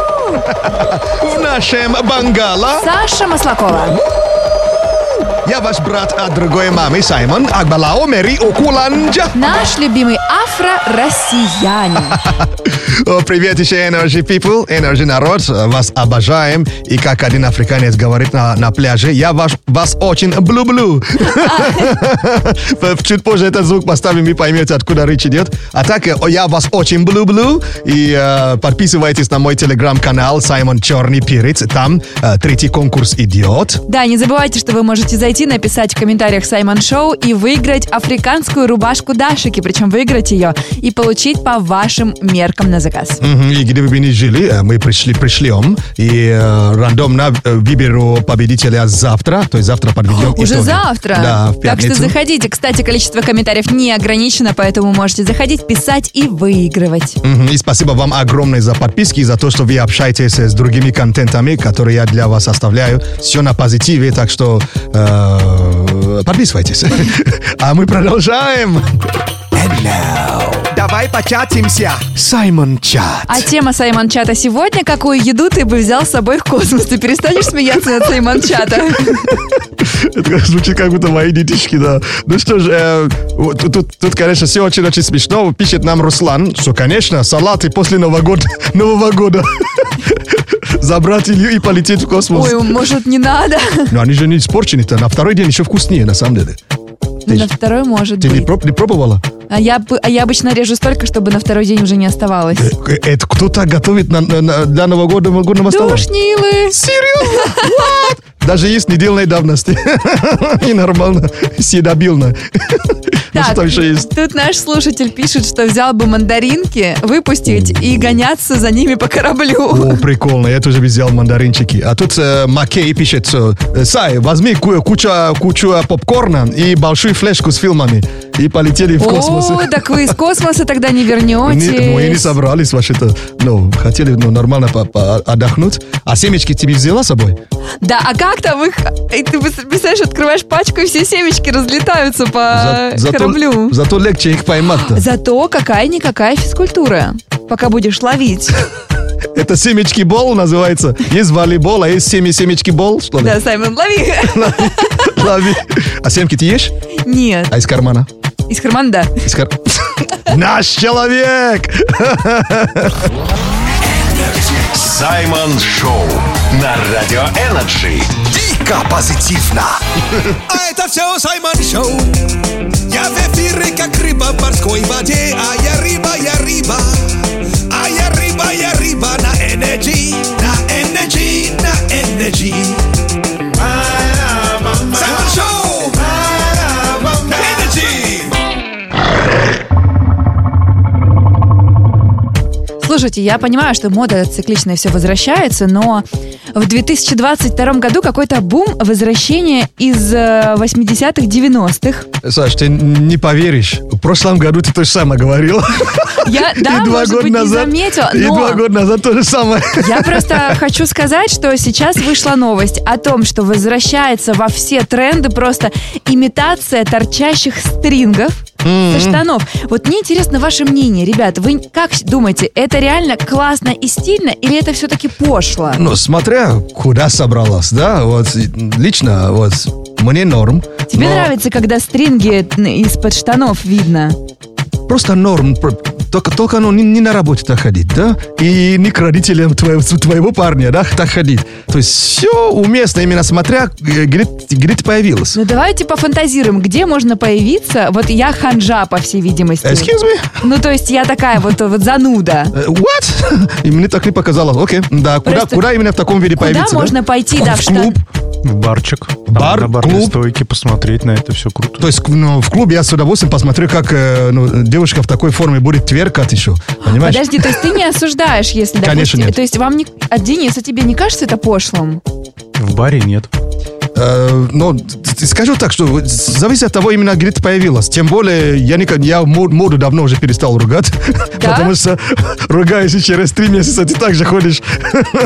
A: В нашем бангала
D: Саша Маслакова.
A: я ваш брат от другой мамы Саймон Акбалао Мэри Окуланджа.
D: Наш любимый афро-россиянин.
A: О, Привет еще Energy People, Energy народ, вас обожаем. И как один африканец говорит на, на пляже, я ваш, вас очень блю-блю. Чуть позже этот звук поставим и поймете, откуда речь идет. А так, э, я вас очень блю-блю. И э, подписывайтесь на мой телеграм-канал Саймон Черный Перец. Там э, третий конкурс идет.
D: Да, не забывайте, что вы можете зайти, написать в комментариях Саймон Шоу и выиграть африканскую рубашку Дашики, причем выиграть ее и получить по вашим меркам на заказ.
A: Мгм, И где бы вы ни жили, э, мы пришли, пришлем. И э, рандомно э, выберу победителя завтра. То есть завтра подведем
D: Уже
A: итоги.
D: завтра.
A: Да, в
D: так что
A: пятницу.
D: заходите. Кстати, количество комментариев не ограничено, поэтому можете заходить, писать и выигрывать.
A: Мгм. И спасибо вам огромное за подписки и за то, что вы общаетесь с другими контентами, которые я для вас оставляю. Все на позитиве, так что э, подписывайтесь. А мы продолжаем.
G: Давай початимся!
A: Саймон Чат.
D: А тема Саймончата сегодня, какую еду ты бы взял с собой в космос? Ты перестанешь смеяться над Саймончата?
A: Это звучит как будто мои детишки, да. Ну что ж, э, вот тут, тут- тут, конечно, все очень-очень смешно. Пишет нам Руслан, что, конечно, салаты после Нового года. Нового года. Забрать Илью и полететь в космос.
D: Ой, может, не надо?
A: Но Ну, они же не испорчены-то. На второй день еще вкуснее, на самом деле.
D: Ну,
A: ж-
D: На второй может
A: Ты не,
D: быть.
A: проб- не пробовала?
D: А я, бы- а я обычно режу столько, чтобы на второй день уже не оставалось.
A: Э, Это кто-то готовит на, на- на- для Нового года новогоднего стола?
D: Душнилы!
A: Серьезно? What? Даже есть недельной давности. И нормально, съедобильно. Ну, что
D: Так,
A: там еще есть?
D: Тут наш слушатель пишет, что взял бы мандаринки, выпустить и гоняться за ними по кораблю.
A: О, прикольно, я тоже бы взял мандаринчики. А тут э, Макей пишет, э, Сай, возьми ку- куча, кучу э, попкорна и большую флешку с фильмами. И полетели в космос.
D: О, так вы из космоса тогда не
A: Не- мы и не
D: вернетесь.
A: собрались вообще-то. Ну, хотели ну, нормально по- по- отдохнуть. А семечки тебе взяла с собой?
D: Да, а как там их... и Ты представляешь, открываешь пачку, и все семечки разлетаются по
A: За- зато-
D: кораблю.
A: Зато легче их поймать-то.
D: Зато какая-никакая физкультура, пока будешь ловить.
A: Это семечки бол называется. Есть волейбол, а есть семи семечки бол, что ли?
D: Да, Саймон, лови.
A: Лови. А семки ты ешь?
D: Нет,
A: А из кармана?
D: из кармана, да.
A: Из кар- Наш человек!
F: Саймон Шоу на Радио Энерджи.
B: Дико позитивно.
G: А это все Саймон Шоу. Я в эфире, как рыба в морской воде. А я рыба, я рыба. А я рыба, я рыба на энергии, на энергии, на энергии. Саймон Шоу. На энергии.
D: Слушайте, я понимаю, что мода циклично все возвращается, но в 2022 году какой-то бум возвращения из э, 80-х, 90-х.
A: Саш, ты не поверишь. В прошлом году ты то же самое говорил.
D: Я, да,
A: и два
D: может
A: года
D: быть,
A: назад.
D: не заметила,
A: И
D: но
A: два года назад то же самое.
D: я просто хочу сказать, что сейчас вышла новость о том, что возвращается во все тренды просто имитация торчащих стрингов
A: М-м.
D: со штанов. Вот мне интересно ваше мнение, ребят, вы как думаете, это реально классно и стильно или это все-таки пошло?
A: Ну, смотря куда собралась, да, вот и, лично, вот, мне норм.
D: Тебе
A: но
D: нравится, когда стринги н- из-под штанов видно?
A: Просто норм, пр- только, только ну, не, не на работе так ходить, да, и не к родителям твоего, твоего парня, да, так ходить. То есть все уместно, именно смотря, э, где, ты- где ты появилась.
D: Ну давайте пофантазируем, где можно появиться. Вот я ханжа, по всей видимости.
A: Excuse me?
D: Ну то есть я такая вот, вот зануда.
A: Э, What? И мне так не показалось. Окей, да, куда,
D: Просто-
A: куда именно в таком виде
D: Куда
A: появиться? да?
D: можно пойти, да, в
A: В
D: штан?
A: клуб.
E: В барчик. Там
A: Бар,
E: на барной
A: клуб.
E: стойке посмотреть на это все круто.
A: То есть ну, в клубе я с удовольствием посмотрю, как э, ну, девушка в такой форме будет тверкать еще. Понимаешь?
D: Подожди, то есть ты не осуждаешь, если, допустим...
A: Конечно, нет.
D: То есть вам не... А, Денис, а тебе не кажется это пошлым?
E: В баре нет.
A: Э, ну, т- т- скажу так, что вот с- зависит от того, именно где ты появилась. Тем более, я, не, я мо- моду давно уже перестал ругать,
D: Да?
A: потому что ругаешь, и через три месяца ты также ходишь.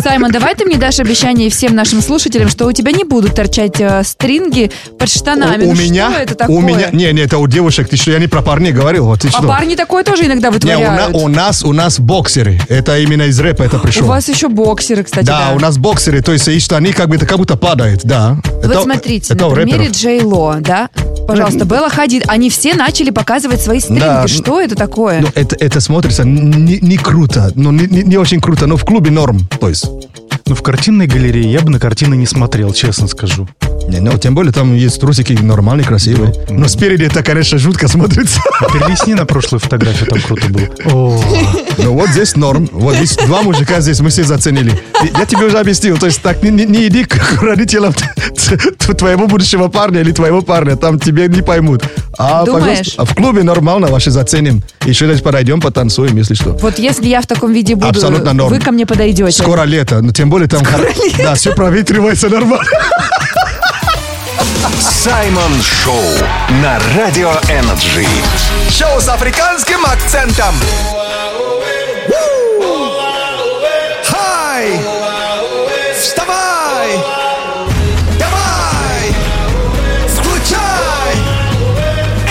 D: Саймон, давай ты мне дашь обещание всем нашим слушателям, что у тебя не будут торчать э, стринги под штанами.
A: у
D: Ну,
A: меня,
D: что это такое?
A: у меня, не, не, это у девушек, ты что, я не про парней говорил, вот ты
D: А
A: что?
D: парни такое тоже иногда
A: Не, у,
D: вытворяют.
A: на- у нас, у нас боксеры, это именно из рэпа это
D: У
A: пришло.
D: вас еще боксеры, кстати.
A: Да, у нас боксеры, то есть и штаны как бы как будто падают, да.
D: Вот смотрите,
A: это
D: на
A: у
D: примере
A: рэперов.
D: Джей Ло, да? Пожалуйста, Белла Хадид. Они все начали показывать свои стринги.
A: Да.
D: Что это такое?
A: Ну, это, это смотрится н- не, не круто, ну, не, не- не очень круто, но в клубе норм, то есть.
E: Ну, в картинной галерее я бы на картины не смотрел, честно скажу.
A: Не, ну, тем более там есть трусики нормальные, красивые. Но спереди это, конечно, жутко смотрится.
E: А Перелистни на прошлую фотографию, там круто было. О,
A: Но Ну, вот здесь норм. Вот здесь два мужика здесь мы все заценили. И Я тебе уже объяснил. То есть так не, не- не иди к родителям т- т- твоего будущего парня или твоего парня. Там тебе не поймут. А,
D: Думаешь?
A: пожалуйста, а в клубе нормально ваши заценим. Еще даже подойдем, потанцуем, если что.
D: Вот если я в таком виде буду,
A: Абсолютно норм.
D: вы ко мне подойдете.
A: Скоро лето, но тем более там... хор- Да, все проветривается нормально.
B: Саймон Шоу на Радио Энерджи.
G: Шоу с африканским акцентом. Ву! Хай! Вставай! Давай! Включай!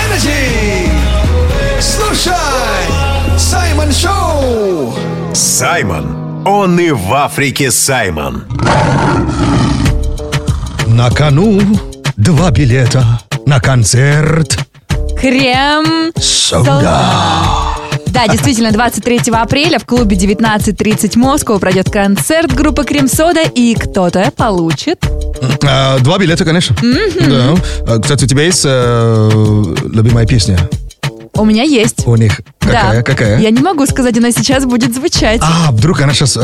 G: Энерджи! Слушай! Саймон Шоу!
F: Саймон. Он и в Африке Саймон.
A: На кону два билета на концерт.
D: Крем. Да, действительно, 23 апреля в клубе 19.30 Москва пройдет концерт группы Крем Сода, и кто-то получит.
A: А, Два билета, конечно. Да. А, Кстати, у тебя есть э, любимая песня
D: У меня есть.
A: у них? Какая?
D: да.
A: Какая?
D: Я не могу сказать, она сейчас будет звучать.
A: А, вдруг она сейчас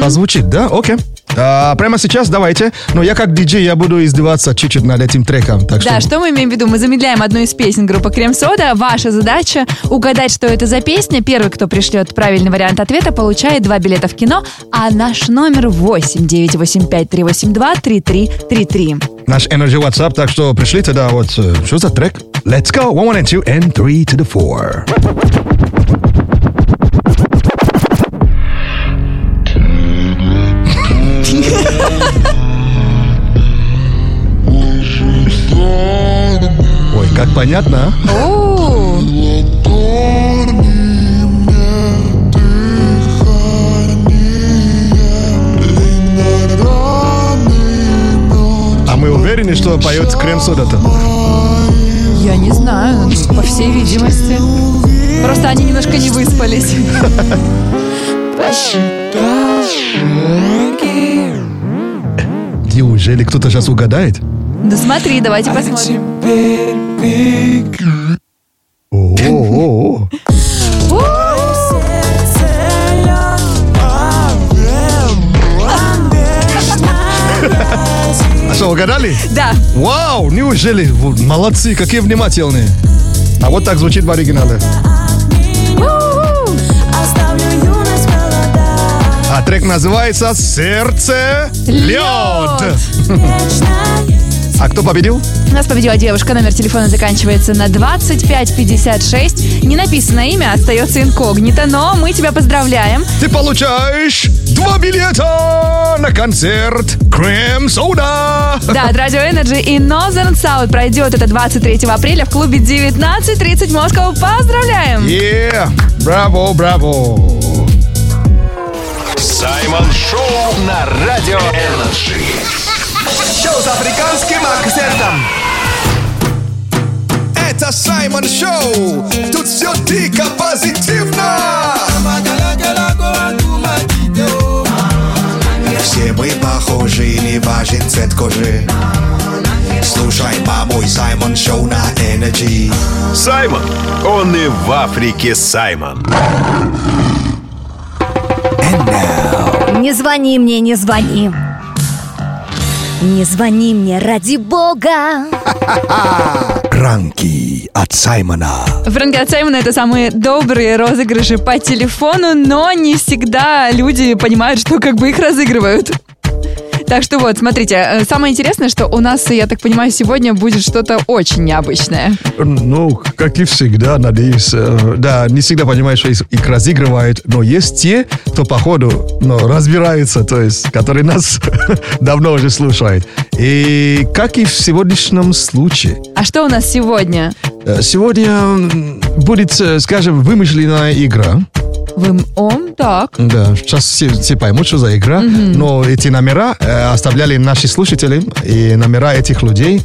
A: позвучит, да? Окей. А, прямо сейчас давайте. Но я как диджей, я буду издеваться чуть-чуть над этим треком. Так
D: Да,
A: что...
D: что мы имеем в виду? Мы замедляем одну из песен группы Крем-Сода. Ваша задача угадать, что это за песня. Первый, кто пришлет правильный вариант ответа, получает два билета в кино. А наш номер 8 985 382 3333.
A: Наш Energy WhatsApp, так что пришли тогда вот... э, Что за трек? Let's go. One, one, and two, and three to the four. Ой, как понятно, а?
D: О,
A: А мы уверены, что поет крем-сода-то?
D: я не знаю, ну, по всей видимости. Просто они немножко не выспались.
A: Неужели кто-то сейчас угадает?
D: Да смотри, давайте посмотрим.
A: О-о-о. А что, угадали?
D: Да,
A: Вау, неужели? Вот Молодцы, какие внимательные. А вот так звучит в оригинале. А трек называется «Сердце лед». А кто победил?
D: У Нас победила девушка, номер телефона заканчивается на 2556. Не написано имя, остается инкогнито, но мы тебя поздравляем.
A: Ты получаешь два билета на концерт «Крем Сода».
D: Да, от Radio Energy и Northern South пройдет это 23 апреля в клубе 19.30 Москва. Поздравляем!
A: Е, браво, браво.
B: Саймон Шоу на Радио Энерджи.
G: Шоу с африканским акцентом. Это Саймон Шоу. Тут все дико позитивно. Все мы похожи, не важен цвет кожи. Слушай, мамой Саймон Шоу на Energy.
F: Саймон. Он и в Африке Саймон.
H: Не звони мне, не звони. Не звони мне, ради бога.
G: Пранки от Саймона.
D: В ранге от Саймона это самые добрые розыгрыши по телефону, но не всегда люди понимают, что как бы их разыгрывают. Так что вот, смотрите, э, самое интересное, что у нас, я так понимаю, сегодня будет что-то очень необычное.
A: Ну, как и всегда, надеюсь. э, Да, не всегда понимаешь, что их их разыгрывают, но есть те, кто походу ну, разбирается, то есть, которые нас давно уже слушают. И как и в сегодняшнем случае,
D: А что у нас сегодня?
A: э, сегодня м, будет, э, скажем, вымышленная игра.
D: Вы... О, так.
A: Да, сейчас все, все поймут, что за игра. Но эти номера э, оставляли наши слушатели и номера этих людей.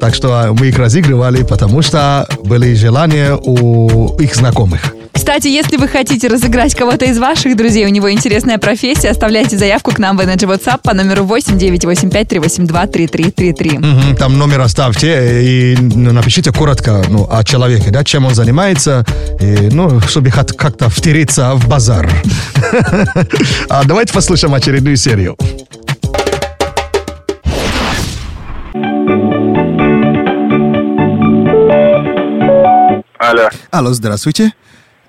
A: Так что э, мы их разыгрывали, потому что были желания у их знакомых.
D: Кстати, если вы хотите разыграть кого-то из ваших друзей, у него интересная профессия, оставляйте заявку к нам в Energy WhatsApp по номеру 89853823333.
A: Мгм, Там номер оставьте и ну, напишите коротко ну, о человеке, да, чем он занимается, и, ну, чтобы хот- как-то втереться в базар. А давайте послушаем очередную серию.
I: Алло,
G: Алло, здравствуйте.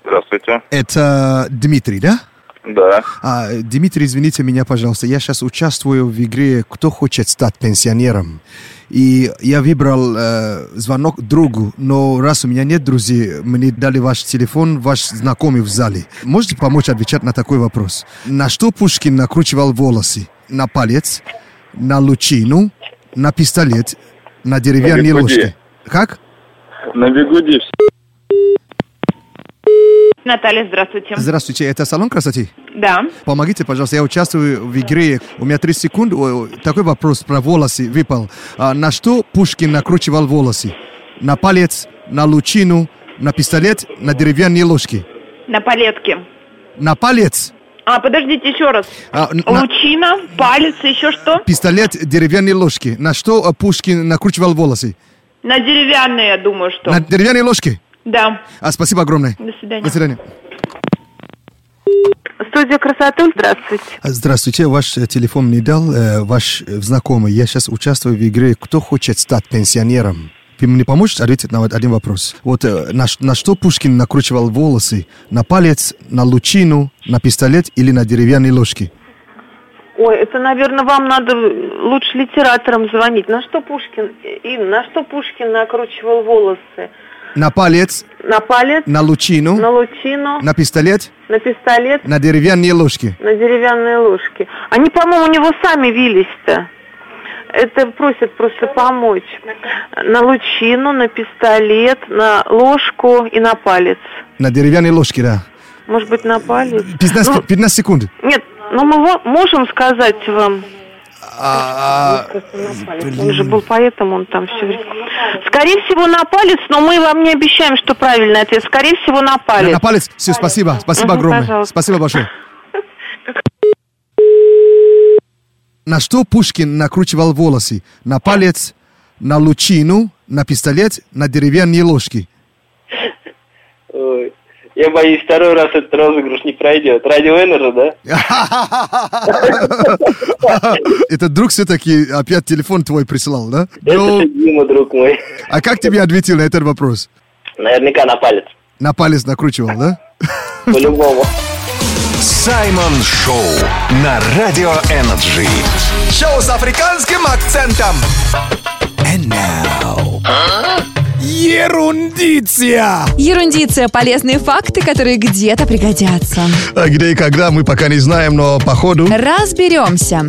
I: здравствуйте.
G: Это Дмитрий, да?
I: Да.
G: А, Дмитрий, извините меня, пожалуйста, я сейчас участвую в игре «Кто хочет стать пенсионером?» И я выбрал э, звонок другу, но раз у меня нет друзей, мне дали ваш телефон, ваш знакомый в зале. Можете помочь отвечать на такой вопрос? На что Пушкин накручивал волосы? На палец, на лучину, на пистолет, на деревянные
I: бигуди.
G: ложки. Как?
I: На бигуди все.
J: Наталья, здравствуйте.
G: Здравствуйте, это салон красоты?
J: Да.
G: Помогите, пожалуйста, я участвую в игре. У меня 30 секунд. Ой, ой, Такой вопрос про волосы выпал. А, на что Пушкин накручивал волосы? На палец, на лучину, на пистолет, на деревянные ложки.
J: На палетке.
G: На палец,
J: А, подождите еще раз.
G: А, н- на-
J: Лучина, палец, еще что?
G: пистолет, деревянные ложки. На что а, Пушкин накручивал волосы?
J: На деревянные, я думаю, что.
G: На деревянные ложки.
J: Да.
G: А, спасибо огромное.
J: До свидания.
G: До свидания.
K: Студия красоты, здравствуйте.
A: Здравствуйте, ваш э, телефон мне дал э, ваш э, знакомый. Я сейчас участвую в игре «Кто хочет стать пенсионером?». Ты мне поможешь ответить на вот один вопрос? Вот э, на, ш- на что Пушкин накручивал волосы? На палец, на лучину, на пистолет или на деревянные ложки?
K: Ой, это, наверное, вам надо лучше литераторам звонить. На что Пушкин, Ин, на что Пушкин накручивал волосы?
A: На палец,
K: На палец,
A: на лучину,
K: на лучину,
A: на пистолет,
K: на пистолет,
A: на деревянные ложки.
K: на деревянные ложки. Они, по-моему, у него сами вились-то. Это просят просто помочь. На лучину, на пистолет, на ложку и на палец.
A: На деревянные ложки, да.
K: Может быть, на палец?
A: 15,
K: Ну,
A: 15 секунд.
K: Нет, но мы во- можем сказать вам. Ну, Он же был поэтом, он там все время. Скорее всего, на палец, но мы вам не обещаем, что правильный ответ. Скорее всего, на палец.
A: На палец. Все, спасибо. Спасибо
K: Мгм,
A: огромное.
K: пожалуйста.
A: Спасибо большое. На что Пушкин накручивал волосы? На палец, на лучину, на пистолет, на деревянные ложки.
L: Ой. Я боюсь, второй раз этот розыгрыш не пройдет. Радио Энерджи, да?
A: Это друг все-таки опять телефон твой присылал, да?
L: Это
A: Ну,
L: ты, Дима, друг мой.
A: а как тебе ответил на этот вопрос?
L: Наверняка на палец.
A: На палец накручивал, да?
L: По-любому.
B: Саймон Шоу на Радио Энерджи.
G: Шоу с африканским акцентом. А?
A: Ерундиция!
D: Ерундиция. Полезные факты, которые где-то пригодятся.
A: А Где и когда, мы пока не знаем, но походу...
D: Разберемся.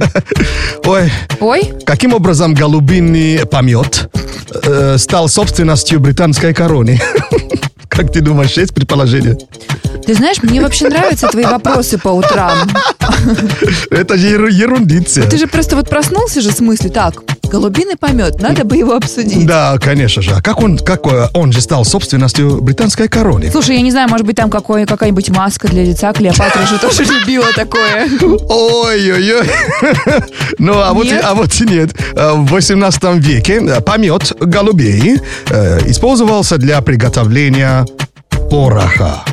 A: Ой,
D: Ой,
A: Каким образом голубиный помет э, стал собственностью британской короны? Как ты думаешь, есть предположение?
D: ты знаешь, мне вообще нравятся твои вопросы по утрам.
A: Это же еру- ерундица.
D: Ты же просто вот проснулся же с мыслью, так, голубиный помет, надо бы его обсудить.
A: Да, конечно же. А как он, как э, он же стал собственностью британской короны?
D: Слушай, я не знаю, может быть, там какой, какая-нибудь маска для лица. Клеопатра же тоже любила такое.
A: Ой-ой-ой. Ну, а вот, и-
D: Нет?
A: а вот и нет. Э, В 18 веке э, помет голубей э, использовался для приготовления пороха.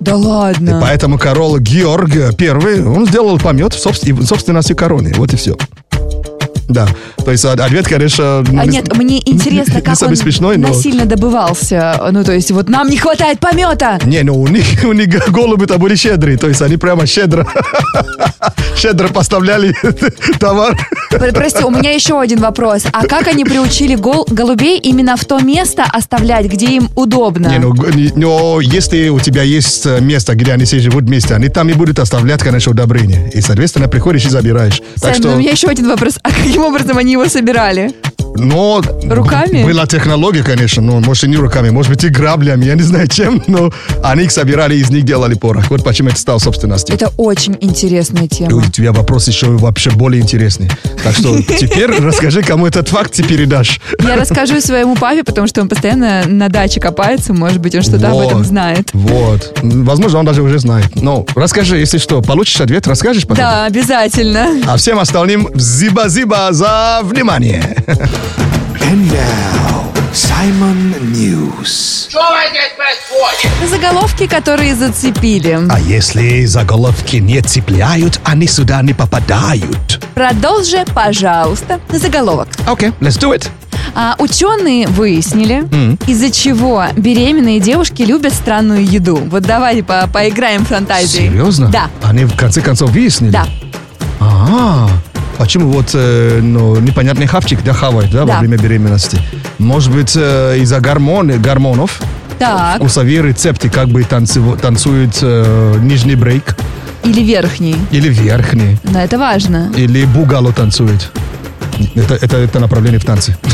D: Да ладно.
A: Поэтому король Георг э, первый, он сделал помет в собс- и в собственности короны. Вот и все. Да. То есть а, ответ, конечно...
D: А
A: не-
D: нет, мне интересно,
A: не
D: как
A: самый
D: он
A: смешной, но-
D: насильно добывался. Ну, то есть, вот нам не хватает помета.
A: Не, ну у них, у них голуби-то были щедрые, то есть они прямо щедро, щедро поставляли товар.
D: Пр- Прости, у меня еще один вопрос. А как они приучили гол- голубей именно в то место оставлять, где им удобно?
A: Не, ну, г- не- но если у тебя есть э, место, где они все живут вместе, они там и будут оставлять, конечно, удобрения. И, соответственно, приходишь и забираешь.
D: Сань, ну, у меня еще один вопрос. А каким образом они его собирали?
A: Но
D: Руками?
A: б- была технология, конечно, но может и не руками, может быть и граблями, я не знаю чем, но они их собирали, из них делали порох. Вот почему это стало собственностью.
D: Это очень интересная
A: И У
D: тема.
A: тебя вопрос еще вообще более интересный. Так что теперь расскажи, кому этот факт ты передашь.
D: Я расскажу своему папе, потому что он постоянно на даче копается. Может быть, он что-то об этом
A: Вот,
D: знает.
A: Вот. М, Возможно, он даже уже знает. Но расскажи, если что, получишь ответ, расскажешь потом.
D: Да, обязательно.
A: А всем остальным зиба-зиба за внимание.
C: Саймон Ньюс.
D: Заголовки, которые зацепили.
A: А если заголовки не цепляют, они сюда не попадают.
D: Продолжи, пожалуйста, заголовок.
A: Окей, let's do it.
D: А, ученые выяснили,
A: Мгм.
D: из-за чего беременные девушки любят странную еду. Вот давай по- поиграем в фантазии.
A: Серьезно?
D: Да,
A: Они в конце концов выяснили?
D: да,
A: А, почему вот э, ну, непонятный хавчик да, хавает да,
D: Да.
A: во время беременности? Может быть, э, из-за гормоны, гормонов
D: так.
A: вкусовые рецепты как бы танцево- танцуют э, нижний брейк
D: Или верхний.
A: или верхний,
D: Но это важно.
A: или бугало танцует. Это, это, это направление в танце.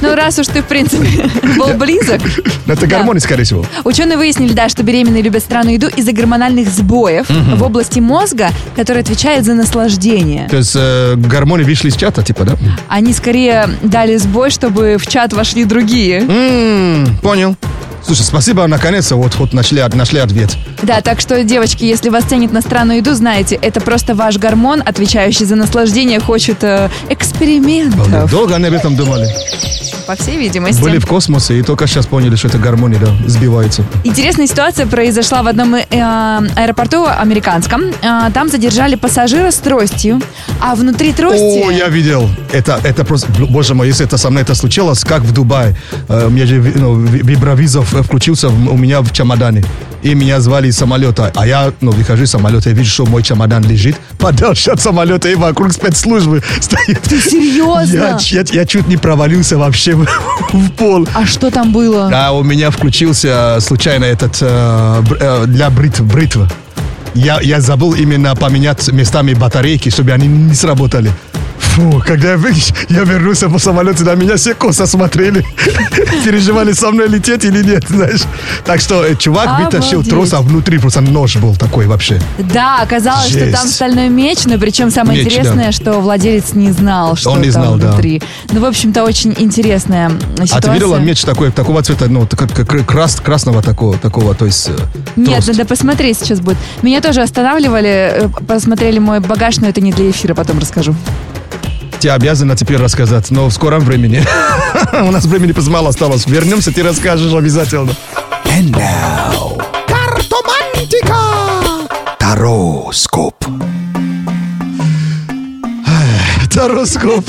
D: Ну, раз уж ты, в принципе, был близок.
A: Это гормоны, скорее всего.
D: Ученые выяснили, да, что беременные любят странную еду из-за гормональных сбоев
A: Мгм.
D: в области мозга, которые отвечают за наслаждение.
A: То есть э, гормоны вышли из чата, типа, да?
D: Они скорее дали сбой, чтобы в чат вошли другие.
A: М, понял. Слушай, спасибо, наконец-то вот хоть нашли, нашли ответ.
D: Да, так что, девочки, если вас тянет на странную еду, знаете, это просто ваш гормон, отвечающий за наслаждение, хочет э,
A: Блин,
D: экспериментов,
A: Долго они об этом думали.
D: по всей видимости.
A: Были в космосе и только сейчас поняли, что это гармония, да, сбивается.
D: Интересная ситуация произошла в одном э, аэропорту американском. Э, там задержали пассажира с тростью, а внутри трости...
A: О, я видел. Это, это просто, бл- боже мой, если это со мной это случилось, как в Дубае. Э, У меня же ви- ну, ви- вибровизор э, включился в- у меня в чемодане. И меня звали из самолета. А я, ну, выхожу из самолета и вижу, что мой чемодан лежит подальше от самолета и вокруг спецслужбы стоит. Ты
D: серьезно?
A: Я, ч- я- я чуть не провалился вообще в, в пол.
D: А что там было?
A: Да, у меня включился э, случайно этот э, бр- э, для бритв, бритвы. Я, я забыл именно поменять местами батарейки, чтобы они не сработали. Фу, когда я, вы- я вернулся по самолету, на меня все косо смотрели. Переживали, со мной лететь или нет, знаешь. Так что э, чувак вытащил
D: Обалдеть.
A: трос, а внутри просто нож был такой вообще.
D: Да, оказалось, что
A: Жесть.
D: там стальной меч, но причем самое
A: Меч, да.
D: интересное, что владелец не знал, что
A: Он не
D: там
A: знал, да.
D: внутри. Ну, в общем-то, очень интересная ситуация.
A: А ты видела меч такой, такого цвета, ну, так- как, как крас- красного такого, такого, то есть... э,
D: Нет,
A: трос.
D: надо посмотреть сейчас будет. Меня тоже останавливали, э, посмотрели мой багаж, но это не для эфира, потом расскажу.
A: Тебе обязана теперь рассказать, но в скором времени. У нас времени мало осталось. Вернемся, ты расскажешь обязательно.
B: Тароскоп.
A: Тароскоп.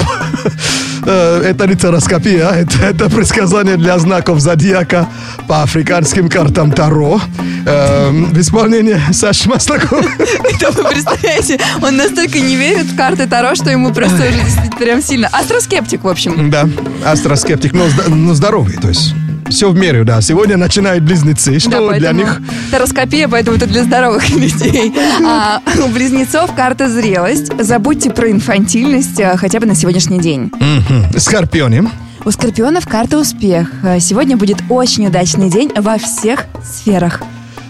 A: Э, Это не тароскопия, а это, это предсказание для знаков зодиака по африканским картам Таро. Эм, в исполнении Саши Маслакова.
D: Это вы представляете, он настолько не верит в карты Таро, что ему просто уже действительно прям сильно. Астроскептик, в общем.
A: Да, астроскептик, но, зда- но здоровый, то есть все в мере, да. Сегодня начинают близнецы, что
D: Да,
A: для
D: поэтому
A: них
D: Тароскопия, поэтому это для здоровых людей. А у близнецов карта зрелость. Забудьте про инфантильность а, хотя бы на сегодняшний день.
A: Мгм. скорпионы.
D: У скорпионов карта успех. А, Сегодня будет очень удачный день во всех сферах.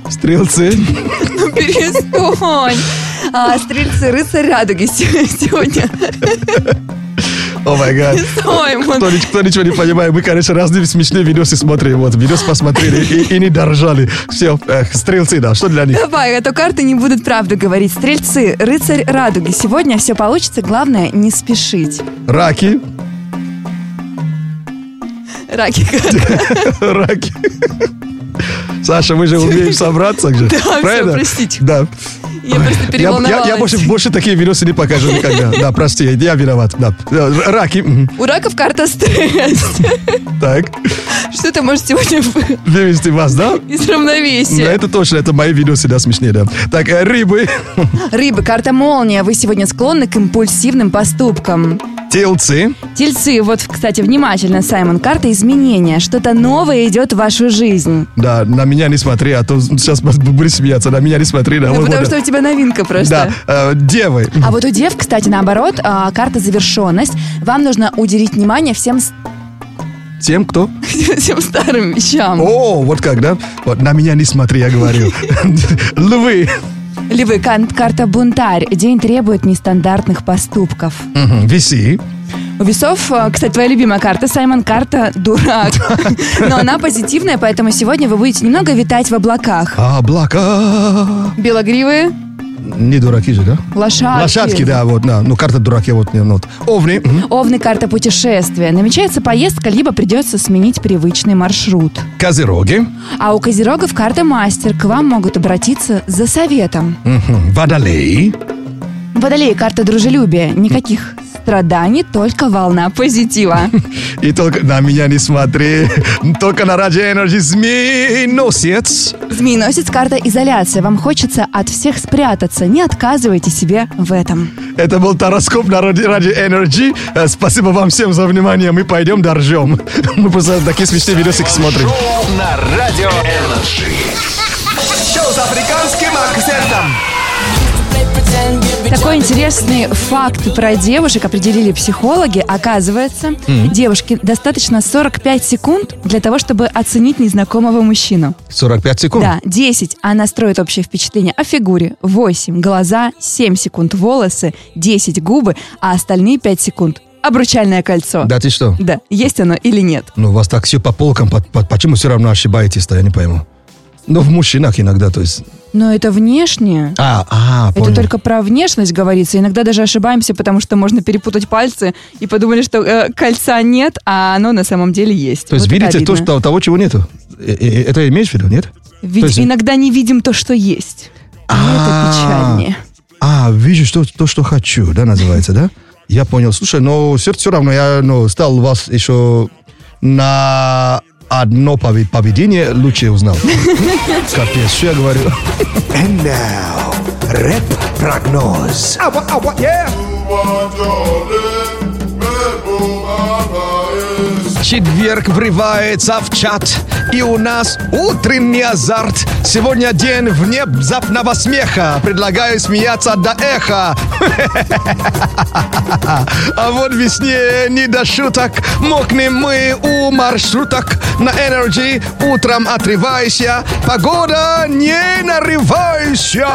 A: Стрелцы.
D: Ну перестань. А, стрельцы рыцарь радуги се- сегодня.
A: О май гад.
D: Стой, мон.
A: Кто, ни- кто ничего не понимает, мы, конечно, разные смешные видосы смотрим. Вот, видос посмотрели и, и не доржали. Все, эх, стрелцы, да, что для них?
D: Давай, а то карты не будут правду говорить. Стрельцы, рыцарь радуги. Сегодня все получится, главное не спешить.
A: Раки,
D: Раки.
A: раки. Саша, мы же умеем собраться же.
D: Да, всё,
A: правильно?
D: простите.
A: Да.
D: Я просто
A: Я, я- я
D: переволновалась.
A: больше, больше такие видосы не покажу никогда. Да, прости, я виноват. Да. Р- Раки. мгм.
D: У раков карта стресс.
A: Так,
D: Что ты можешь сегодня в-
A: вывести вас, да?
D: из
A: Да,
D: равновесия?
A: Ну, это точно, это мои видосы, да, смешнее, да. Так, э, рыбы,
D: Рыбы, карта молния. Вы сегодня склонны к импульсивным поступкам.
A: телцы,
D: Тельцы, вот, кстати, внимательно, Саймон, карта изменения. Что-то новое идет в вашу жизнь.
A: Да, на меня не смотри, а то сейчас будешь смеяться. На меня не смотри, да. А
D: Ну,
A: вот,
D: потому
A: вот,
D: что у тебя новинка
A: да,
D: просто.
A: э, девы.
D: А вот у дев, кстати, наоборот, а, карта завершенность. Вам нужно уделить внимание всем, с-
A: Тем, кто?
D: всем старым вещам.
A: О, вот как, да? Вот, на меня не смотри, я говорю. Львы.
D: Львы, кан- карта бунтарь. День требует нестандартных поступков.
A: Мгм, Весы.
D: У весов, а, кстати, твоя любимая карта, Саймон, карта дурак. Но она позитивная, поэтому сегодня вы будете немного витать в облаках.
A: А. Облака.
D: Белогривые,
A: Не дураки же, да?
D: лошадки.
A: Лошадки, да, вот, да. Ну, карта дураки, вот, не, ну, вот. Овны. мгм.
D: Овны карта путешествия. Намечается поездка, либо придется сменить привычный маршрут.
A: Козероги.
D: А у козерогов карта мастер. К вам могут обратиться за советом.
A: Мгм. Водолеи.
D: Водолеи карта дружелюбия. Никаких страданий, только волна позитива.
A: И только на меня не смотри. Только на ради энергии змеи носец.
D: Змееносец карта изоляция. Вам хочется от всех спрятаться. Не отказывайте себе в этом.
A: Это был Тароскоп на Ради, Ради Energy. Э, Спасибо вам всем за внимание. Мы пойдем доржем. Мы просто такие смешные видосики смотрим.
B: На радио Энерджи.
G: Шоу с африканским акцентом.
D: Такой интересный факт про девушек определили психологи. Оказывается, девушке достаточно 45 секунд для того, чтобы оценить незнакомого мужчину.
A: 45 секунд.
D: Да, 10. Она строит общее впечатление о фигуре. 8. Глаза. 7 секунд волосы. 10 губы. А остальные 5 секунд обручальное кольцо.
A: Да ты что?
D: Да, есть оно или нет.
A: Ну, у вас так все по полкам, по- по- почему все равно ошибаетесь-то, я не пойму. Ну, в мужчинах иногда, то есть...
D: Но это внешнее.
A: А, а,
D: Это
A: понял.
D: только про внешность говорится. Иногда даже ошибаемся, потому что можно перепутать пальцы и подумали, что э, кольца нет, а оно на самом деле есть.
A: То есть
D: Вот это
A: видите то,
D: обидно.
A: что, того, чего нету? Э, э, Это имеешь в виду, нет?
D: Ведь
A: То есть-
D: иногда не видим то, что есть. И это
A: А.
D: печальнее.
A: А, вижу что, то, что хочу, да, называется, да? Я понял. Слушай, но все, равно я ну, стал вас еще на одно пове- поведение лучше узнал. Капец, что я говорю?
C: And now, рэп-прогноз.
G: А
B: Четверг врывается в чат, и у нас утренний азарт. Сегодня день внезапного смеха. Предлагаю смеяться до эха. А вот весне не до шуток. Мокнем мы у маршруток. На энергии утром отрывайся. Погода не нарывайся.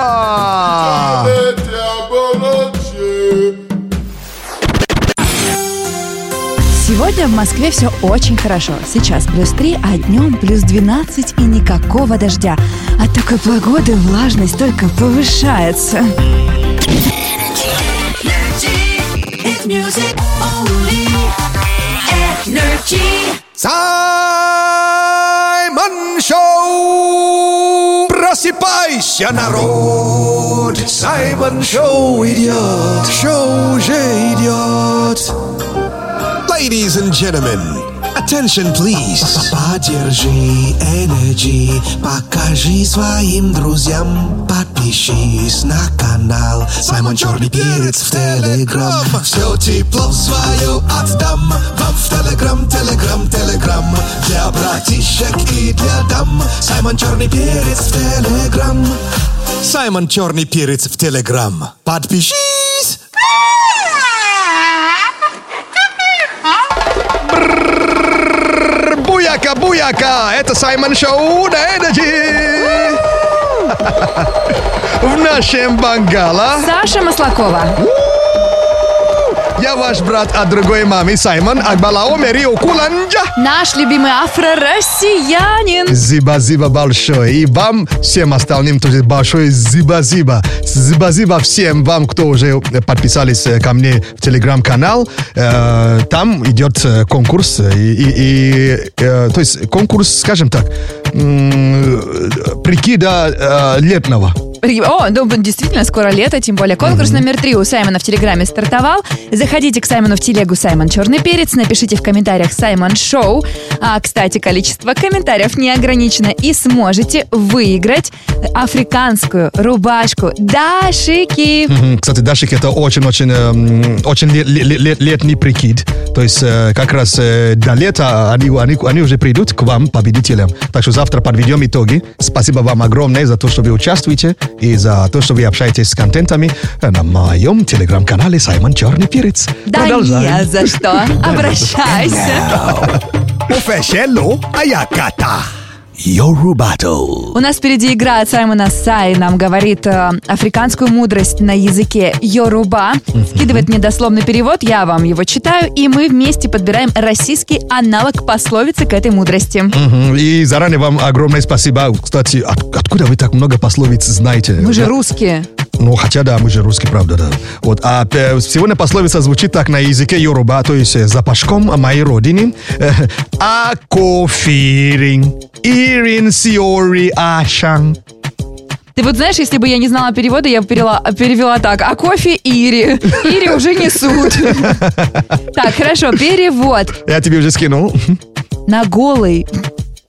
D: Сегодня в Москве все очень хорошо. Сейчас плюс 3, а днем плюс 12 и никакого дождя. От такой погоды влажность только повышается.
G: Саймон Шоу! Просыпайся, народ! Саймон Шоу идет! Шоу уже идет!
C: Ladies and gentlemen, attention please. Поддержи Energy, покажи своим друзьям. Подпишись на канал Саймон Черный Перец в Телеграм. Все тепло свое отдам вам в Телеграм, Телеграм, Телеграм. Для братишек и для дам Саймон Черный Перец в Телеграм. Саймон Черный Перец в Телеграм. Подпишись!
B: Буяка, буяка! Это Саймон Шоу на Энерджи! В нашем бангала
D: Саша Маслакова.
B: я ваш брат от другой мамы Саймон Акбалаоме Рио Куланджа.
D: Наш любимый афро-россиянин.
A: Зиба-зиба большое. И вам, всем остальным тоже большое зиба-зиба. Зиба-зиба всем вам, кто уже подписались э, ко мне в телеграм-канал. Э, Там идет э, конкурс. э, И, и- и, э, то есть конкурс, скажем так, м, э, прикида э, летного.
D: О, ну действительно, скоро лето, тем более конкурс номер три у Саймона в Телеграме стартовал. Заходите к Саймону в телегу Саймон Черный Перец, напишите в комментариях Саймон Шоу. А, кстати, количество комментариев не ограничено и сможете выиграть африканскую рубашку Дашики.
A: Мгм. Кстати, дашик это очень-очень эм, очень ле- ле- ле- ле- летний прикид. То есть э, как раз э, до лета они, они, они уже придут к вам, победителям. Так что завтра подведем итоги. Спасибо вам огромное за то, что вы участвуете и за то, что вы общаетесь с контентами э, на моем телеграм-канале Саймон Черный Перец.
D: Да не за что. Обращайся.
B: Офешело Аяката. а Йору Батл.
D: У нас впереди игра от Саймона Сай. Нам говорит э, африканскую мудрость на языке Йоруба. Скидывает мне дословный перевод, я вам его читаю, и мы вместе подбираем российский аналог пословицы к этой мудрости.
A: Мгм. И заранее вам огромное спасибо. Кстати, от- откуда вы так много пословиц знаете?
D: Мы же
A: Я-
D: русские.
A: Ну, хотя да, мы же русские, правда, да. Вот, а э, сегодня пословица звучит так на языке Йоруба, то есть э, «Запашком моей родины». э, «Акофирин, ирин сиори ашан».
D: Ты вот знаешь, если бы я не знала перевода, я бы перела- перевела так. А кофе Ири. Ири уже несут. Так, хорошо, перевод.
A: Я тебе уже скинул.
D: На голой,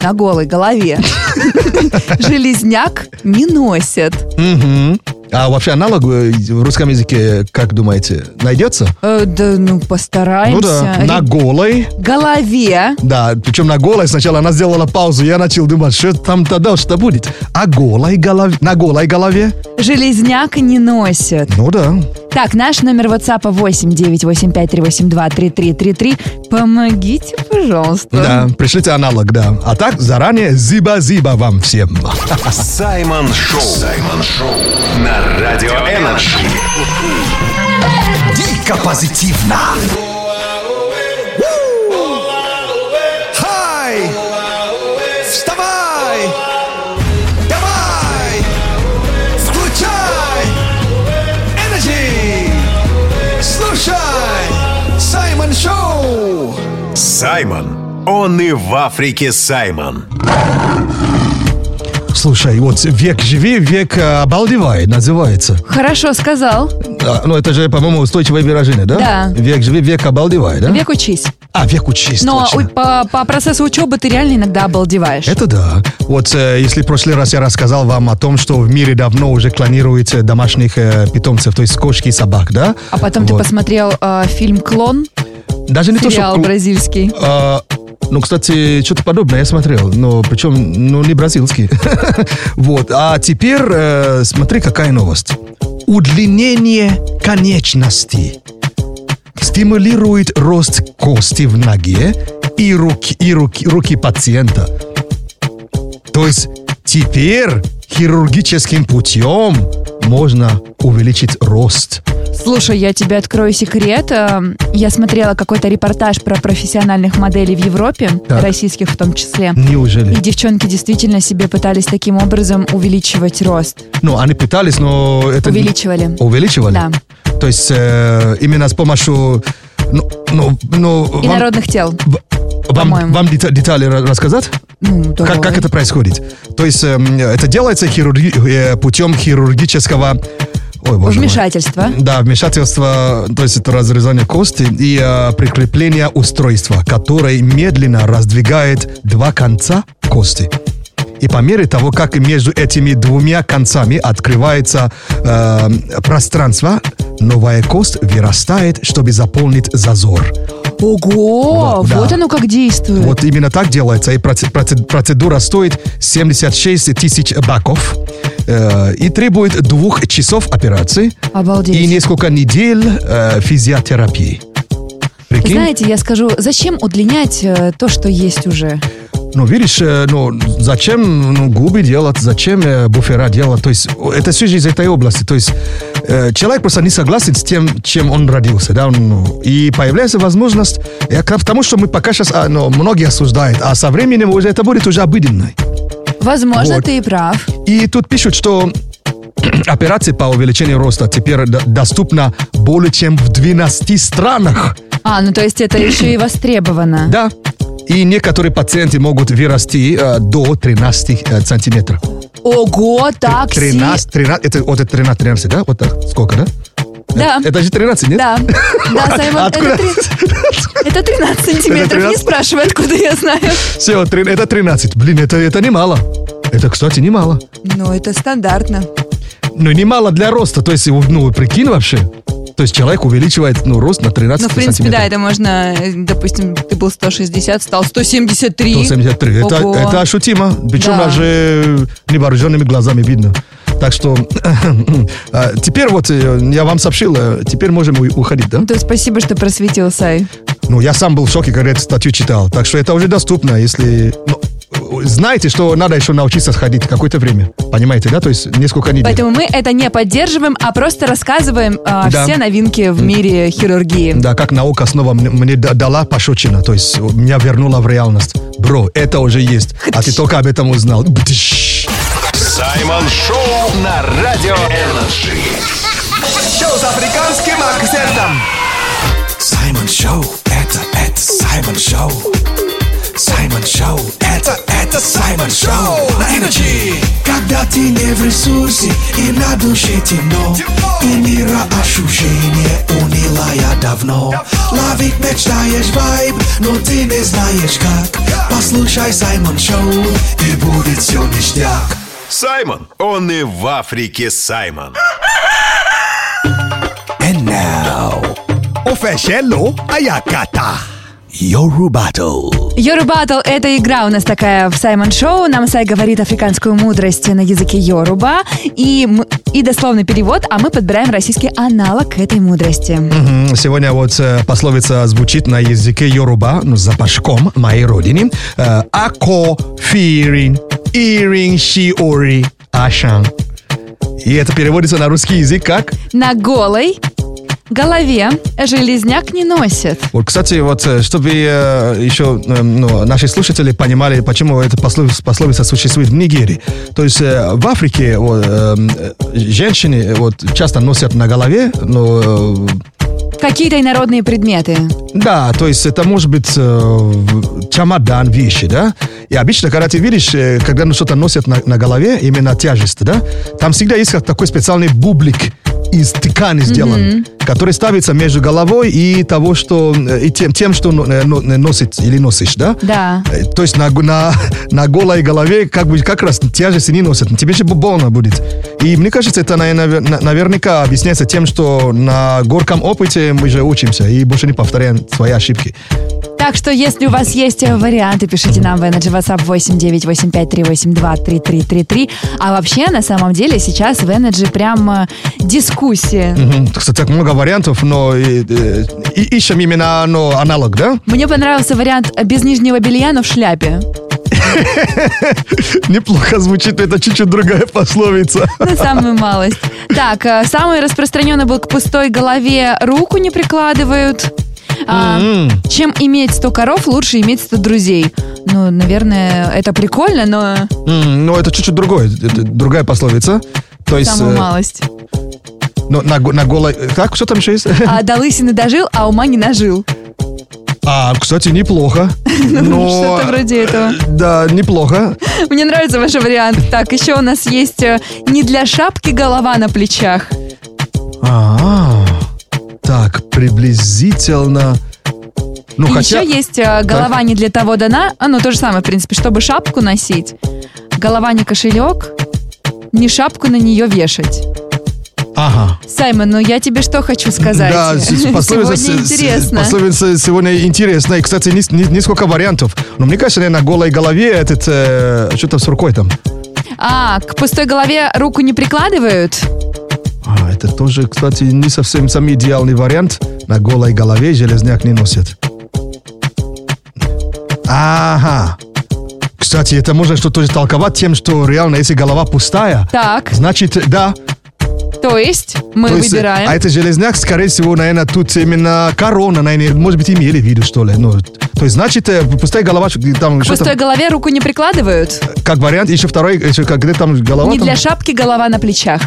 D: на голой голове железняк не носят.
A: Мгм. А вообще аналог э, в русском языке, как думаете, найдется?
D: Э, да, ну,
A: Ну
D: постараемся.
A: да, на голой.
D: голове.
A: Да, причем на голой сначала она сделала паузу, я начал думать, что там тогда, что будет. А голой голове, на голой голове?
D: Железняк не носит.
A: Ну да.
D: Так, наш номер WhatsApp 89853823333. Помогите, пожалуйста.
A: Да, пришлите аналог, да. А так заранее зиба-зиба вам всем.
F: Саймон Шоу. Саймон Шоу. На Радио Энерджи.
B: Дико позитивно.
F: Саймон. Он и в Африке Саймон.
A: Слушай, вот век живи, век э, обалдевай, называется.
D: Хорошо сказал.
A: А, ну, это же, по-моему, устойчивое выражение, да?
D: Да.
A: Век живи, век обалдевай, да?
D: Век учись.
A: А, век учись,
D: Но
A: точно.
D: у- по, по процессу учебы ты реально иногда обалдеваешь.
A: Это да. Вот э, если в прошлый раз я рассказал вам о том, что в мире давно уже клонируют э, домашних э, питомцев, то есть кошки и собак, да?
D: А потом ты
A: Вот.
D: посмотрел э, фильм «Клон»,
A: Даже не то, что...
D: сериал
A: клон-
D: бразильский.
A: А, ну, кстати, что-то подобное я смотрел, но причем, ну, не бразильский. вот, а теперь э, смотри, какая новость. Удлинение конечностей стимулирует рост кости в ноге и руки, и руки, руки пациента. То есть теперь хирургическим путем можно увеличить рост.
D: Слушай, я тебе открою секрет. Э, Я смотрела какой-то репортаж про профессиональных моделей в Европе,
A: Так.
D: российских в том числе.
A: Неужели?
D: И девчонки действительно себе пытались таким образом увеличивать рост.
A: Ну, они пытались, но это...
D: Увеличивали.
A: Увеличивали?
D: Да.
A: То есть э, именно с помощью... Ну, ну, ну,
D: И
A: вам-
D: народных тел.
A: вам, вам дета- детали ра- рассказать?
D: Ну,
A: как, как это происходит? То есть эм, это делается хирурги- э, путем хирургического... Ой, боже мой.
D: Вмешательство.
A: Да, вмешательство, то есть это разрезание кости и э, прикрепление устройства, которое медленно раздвигает два конца кости. И по мере того, как между этими двумя концами открывается э, пространство, новая кость вырастает, чтобы заполнить зазор.
D: Ого!
A: Да, да.
D: Вот оно как действует.
A: Вот именно так делается. И проце- проце- процедура стоит 76 тысяч баков э, и требует двух часов операции
D: Обалдеть.
A: и несколько недель э, физиотерапии. Прикинь?
D: Знаете, я скажу, зачем удлинять э, то, что есть уже?
A: Ну, видишь, э, ну, зачем ну, губы делать, зачем э, буфера делать? То есть о, это все же из этой области. То есть э, человек просто не согласен с тем, чем он родился. Да? он, ну, и появляется возможность, я к тому, что мы пока сейчас, многие осуждают, а со временем уже это будет уже обыденно.
D: Возможно,
A: Вот.
D: ты и прав.
A: И тут пишут, что операции по увеличению роста теперь д- доступна более чем в 12 странах.
D: А, ну то есть это еще и востребовано.
A: Да. И некоторые пациенты могут вырасти э, до 13 э, сантиметров.
D: Ого, так си-
A: 13, 13, это вот это 13, 13, да? Вот так, сколько, да?
D: Да.
A: Это же 13, нет?
D: Да. Да, Саймон,
A: Откуда?
D: это, три- это 13 сантиметров. Не
A: 13?
D: спрашивай, откуда я знаю.
A: Все, это 13. Блин, это, это немало. Это, кстати, немало.
D: Ну, это стандартно.
A: Но немало для роста. То есть, ну, прикинь вообще. То есть человек увеличивает ну, рост на 13
D: Ну, в принципе,
A: сантиметров.
D: да, это можно, э, допустим, ты был 160, стал 173.
A: 173. Это,
D: Ого.
A: это ощутимо. Причем
D: Да.
A: даже невооруженными глазами видно. Так что а, теперь вот э, я вам сообщил, э, теперь можем у- уходить, да?
D: Ну, То есть спасибо, что просветил, Сай.
A: Ну, я сам был в шоке, когда эту статью читал. Так что это уже доступно, если... ну, э, знаете, что надо еще научиться сходить какое-то время. Понимаете, да? То есть несколько недель.
D: Поэтому мы это не поддерживаем, а просто рассказываем э,
A: Да.
D: все новинки в мире хирургии.
A: Да, как наука снова мне, мне да- дала пошучина, то есть меня вернула в реальность. Бро, это уже есть, а ты только об этом узнал. Бдыщ.
F: Саймон Шоу на Радио Энерджи.
G: Шоу с африканским акцентом.
C: Саймон Шоу, это, это Саймон Шоу. Саймон Шоу, это, это Саймон Шоу. На Energy. Когда ты не в ресурсе и на душе темно, и мира ощущение унила я давно. Ловить мечтаешь вайб, но ты не знаешь как. Послушай Саймон Шоу, и будет все ништяк.
F: Саймон. Он и в Африке Саймон.
C: And now,
B: Офешело Аяката.
C: Yoru Battle.
D: Йору Баттл – это игра у нас такая в Саймон Шоу. Нам Сай говорит африканскую мудрость на языке Йоруба и, м- и дословный перевод, а мы подбираем российский аналог этой мудрости.
A: Мгм. Сегодня вот э, пословица звучит на языке Йоруба, ну, запашком моей родины. Э, Ако фирин, ирин шиори ашан. И это переводится на русский язык как?
D: На голой голове железняк не носит.
A: Вот, кстати, вот, э, чтобы э, еще э, ну, наши слушатели понимали, почему эта послов- пословица существует в Нигерии. То есть э, в Африке вот, э, э, женщины э, вот, часто носят на голове ну, э,
D: Какие-то инородные предметы.
A: Да, то есть это может быть э, чемодан, вещи, да? И обычно, когда ты видишь, э, когда ну, что-то носят на, на голове, именно тяжесть, да? Там всегда есть как такой специальный бублик из ткани сделан, который ставится между головой и того, что э, и тем, тем что но- э, но- э, носит или носишь, да?
D: Да.
A: Э, То есть на, г- на, на голой голове как бы как раз тяжести не носят. Тебе же бу- больно будет. И мне кажется, это на- на- на- наверняка объясняется тем, что на горком опыте мы же учимся и больше не повторяем свои ошибки.
D: Так что, если у вас есть э, варианты, пишите нам в Energy WhatsApp 89853823333. А вообще, на самом деле, сейчас в Energy прям э, дискуссия.
A: Мгм. Кстати, так много вариантов, но э, э, и- ищем именно ну, аналог, да?
D: Мне понравился вариант э, без нижнего белья, но в шляпе.
A: Неплохо звучит, но это чуть-чуть другая пословица.
D: Ну, самую малость. Так, э, самый распространенный был к пустой голове руку не прикладывают. А,
A: М-м.
D: чем иметь 100 коров, лучше иметь 100 друзей. Ну, наверное, это прикольно, но
A: М, Но это чуть-чуть другое, это другая пословица. То есть...
D: самую
A: э,
D: малость.
A: но на, го- на голой... э, Так, что там еще есть?
D: А до лысины дожил, а ума не нажил.
A: А, кстати, неплохо. Но...
D: Ну, Что-то вроде этого.
A: Да, неплохо.
D: Мне нравится ваш вариант. Так, еще у нас есть э, не для шапки голова на плечах.
A: А, так, приблизительно... Ну, хотя...
D: Еще есть э, голова не для того дана. А, ну, то же самое, в принципе, чтобы шапку носить. Голова не кошелек, не шапку на нее вешать.
A: Ага.
D: Саймон, ну я тебе что хочу сказать?
A: Да, с- с- пословица, с-
D: Сегодня
A: с-
D: интересно.
A: пословица сегодня интересна. И, кстати, не, не- несколько вариантов. Но мне кажется, наверное, на голой голове этот... э, что там с рукой там?
D: А, к пустой голове руку не прикладывают?
A: А, это тоже, кстати, не совсем самый идеальный вариант. На голой голове железняк не носит. Ага. Кстати, это можно что тоже толковать тем, что реально, если голова пустая,
D: Так,
A: значит, да.
D: то есть мы
A: то есть,
D: выбираем.
A: А это железняк, скорее всего, наверное, тут именно корона, наверное, может быть, имели в виду, что ли. Ну, то есть, значит, э, пустая голова, что- там
D: К
A: что-то-
D: пустой голове руку не прикладывают?
A: как вариант, еще второй, еще как где там голова.
D: не
A: там?
D: для шапки голова на плечах.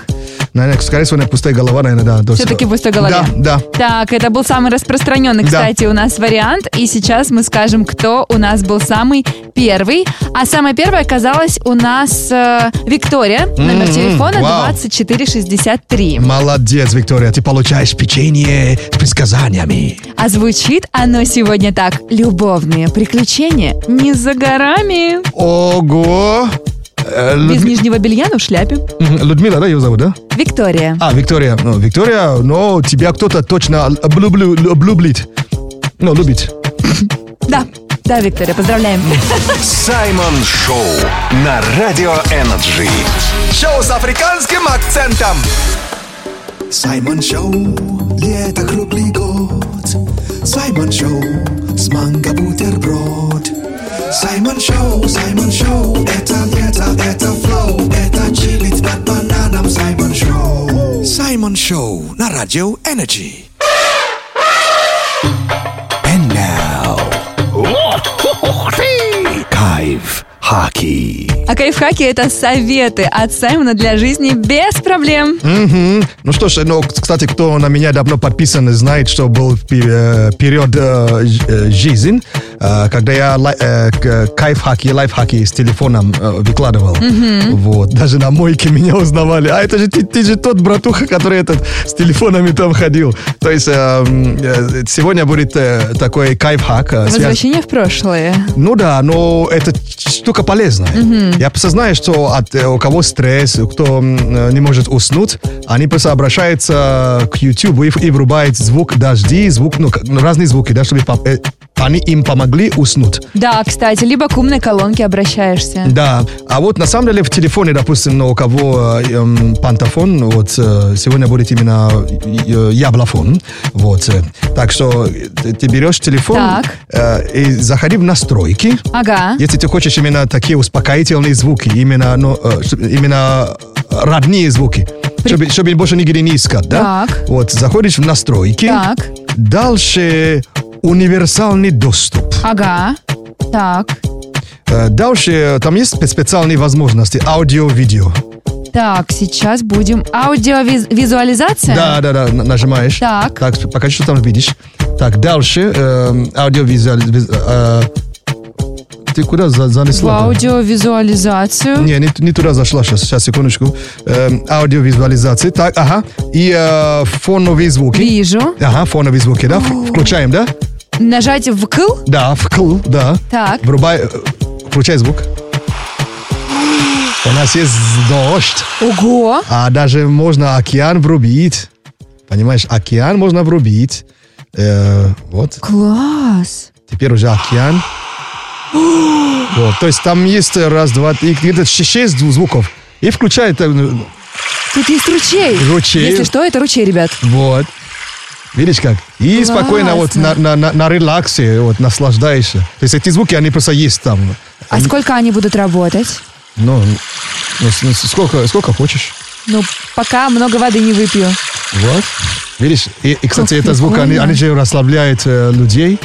A: Наверное, скорее всего, наверное, пустая голова, наверное, да. То есть-
D: Все-таки в пустой голове.
A: Да, да.
D: Так, это был самый распространенный,
A: Да.
D: кстати, у нас вариант. И сейчас мы скажем, кто у нас был самый первый. А самая первая оказалась у нас э, Виктория. Номер
A: М-м,
D: телефона
A: вау.
D: 2463.
A: Молодец, Виктория, ты получаешь печенье с предсказаниями.
D: А звучит оно сегодня так. Любовные приключения не за горами.
A: Ого! Э,
D: Без
A: Людми-
D: нижнего белья, но в шляпе.
A: Мгм, Людмила, да, ее зовут, да?
D: Виктория.
A: А, Виктория. Ну, Виктория, но тебя кто-то точно облюблю- облюблит. Ну, любит.
D: Да, да, Виктория, поздравляем.
F: Саймон Шоу на Радио Энерджи.
G: Шоу с африканским акцентом.
C: Саймон Шоу, лето круглый год. Саймон Шоу, с манго бутерброд. Саймон Шоу, Саймон Шоу, это лето, это флоу, это чилит над бананом. Саймон Шоу. Саймон Шоу на радио Energy.
G: And now. Вот ух ты! Кайф хаки.
D: А кайфхаки это советы от Саймона для жизни без проблем.
A: Мгм. Ну что ж, ну, кстати, кто на меня давно подписан, знает, что был пе- э, период э, ж- э, жизнь, э, когда я лай- э, к- кайфхаки, лайфхаки с телефоном э, выкладывал.
G: Мгм.
A: Вот, даже на мойке меня узнавали. А это же ты, ты же тот братуха, который этот с телефонами там ходил. То есть э, м, э, сегодня будет э, такой кайфхак. э, связ-
D: Возвращение в прошлое.
A: ну да, но это штука полезная.
D: Мгм.
A: Я просто знаю, что от, э, у кого стресс, у кто м, э, не может уснуть, они просто обращаются к YouTube и, в- и врубают звук дожди, звук, ну, как- ну, разные звуки, да, чтобы пом- э, они им помогли уснуть.
D: Да, кстати, либо к умной колонке обращаешься.
A: Да, а вот на самом деле в телефоне, допустим, ну, у кого э, эм, пантофон, вот э, сегодня будет именно э, яблофон, вот. э. Так что э, ты, ты берешь телефон
D: Так.
A: э, и заходи в настройки,
D: Ага.
A: если ты хочешь именно такие успокоительные звуки, именно, ну, э, чтоб- именно э, родные звуки, чтобы, чтобы больше нигде не искать, да?
D: Так.
A: Вот, заходишь в настройки.
D: Так.
A: Дальше универсальный доступ.
D: Ага. Так.
A: Э, Дальше там есть спе- специальные возможности аудио-видео.
D: Так, сейчас будем аудиовизуализация.
A: Да, да, да, на- нажимаешь.
D: Так.
A: Так, пока что там видишь. Так, дальше эм, аудиовизуаль... виз- э, ты куда за-
D: В
A: занесла?
D: аудиовизуализацию.
A: Не, не, не туда зашла сейчас. Сейчас, секундочку. Эм, аудиовизуализация. Так, ага. И э, фоновые звуки.
D: Вижу.
A: Ага, фоновые звуки, да? Ф- Включаем, да?
D: Нажать в кл.
A: Да, вкл, да.
D: Так.
A: Врубай, э, включай звук. У нас есть дождь.
D: Ого.
A: А даже можно океан врубить. Понимаешь, океан можно врубить. Э, вот.
D: Класс.
A: Теперь уже океан. Вот, то есть там есть э, раз, два, три, где-то щ- шесть зв- звуков. И включает э, ну,
D: Тут есть ручей.
A: Ручей.
D: Если что, это ручей, ребят.
A: вот. Видишь как? И
D: Классно.
A: спокойно вот на, на, на, на релаксе вот наслаждаешься. То есть эти звуки, они просто есть там.
D: А сколько они будут работать?
A: Ну, ну, с- ну, сколько, сколько хочешь.
D: Ну, пока много воды не выпью.
A: Вот. Видишь? И, и, кстати,
D: Как
A: это звук, они,
D: прикольно.
A: они же расслабляют э, людей.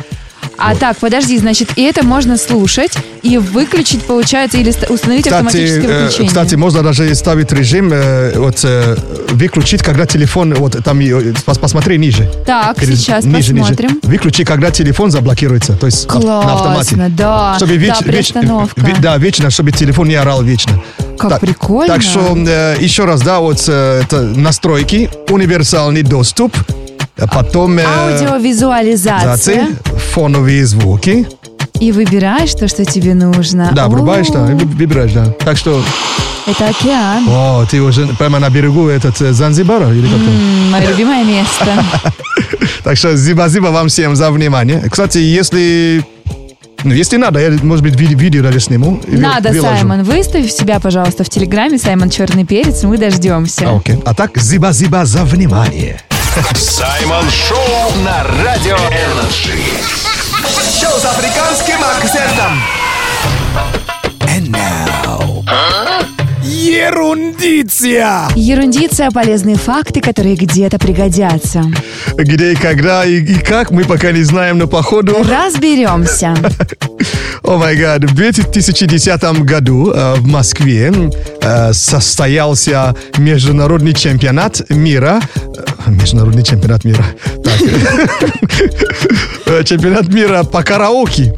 D: А так, подожди, значит, и это можно слушать и выключить, получается, или ст- установить
A: Кстати,
D: автоматическое
A: э,
D: выключение.
A: кстати, можно даже ставить режим, э, вот, э, выключить, когда телефон, вот там, и, э, пос- посмотри ниже.
D: Так,
A: Через-
D: сейчас
A: ниже, ниже.
D: посмотрим.
A: Выключи, когда телефон заблокируется, то есть ав- на автомате.
D: Классно, А, да.
A: Чтобы веч-
D: Да,
A: веч-
D: приостановка.
A: ви- да, вечно, чтобы телефон не орал вечно.
D: Как прикольно.
A: Так что, э, еще раз, да, вот э, это настройки, универсальный доступ, а потом... э,
D: Аудиовизуализация.
A: заци- фоновые звуки.
D: И выбираешь то, что тебе нужно.
A: Да,
D: А, О,
A: врубаешь, да, и вы- выбираешь, да. Так что,
D: Это океан.
A: о, ты уже прямо на берегу этот э, Занзибара или как там?
D: М, Мое любимое место.
A: Так что спасибо вам всем за внимание. Кстати, если... Ну, если надо, я, может быть, ви- видео даже сниму. и ви-
D: Надо,
A: выложу.
D: Саймон, выставь себя, пожалуйста, в Телеграме Саймон Черный Перец, мы дождемся.
A: А, окей. А так, зиба-зиба за внимание.
F: Саймон Шоу на Радио Энерджи.
G: Шоу с африканским акцентом. Ерундиция!
D: Ерундиция, полезные факты, которые где-то пригодятся.
A: Где и когда и, и как, мы пока не знаем, но походу...
D: Разберемся.
A: О май гад, в 2010 году э, в Москве э, состоялся международный чемпионат мира. Э, Международный чемпионат мира. Так. Э, Чемпионат мира по караоке.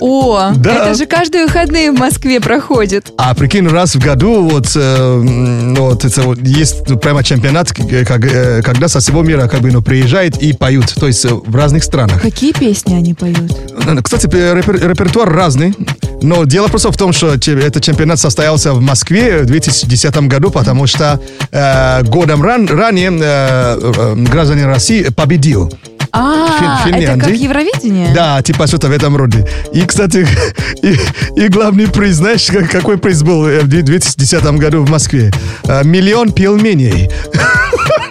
D: О,
A: Да.
D: это же каждые выходные в Москве проходит.
A: А прикинь, раз в году вот, э, м, вот, это вот есть ну, прямо чемпионат, к- э, как, э, когда со всего мира как бы ну, приезжает и поют, то есть э, в разных странах.
D: Какие песни они поют?
A: Кстати, э, репер- репертуар разный, но дело просто в том, что че- этот чемпионат состоялся в Москве в 2010 году, потому что э, годом ран- ранее э, э, гражданин России победил.
D: А,
A: Фин-
D: это как
A: Финляндии.
D: Евровидение?
A: Да, типа что-то в этом роде. И, кстати, и, и главный приз, знаешь, как- какой приз был э, в 2010 году в Москве? Э, Миллион пельменей.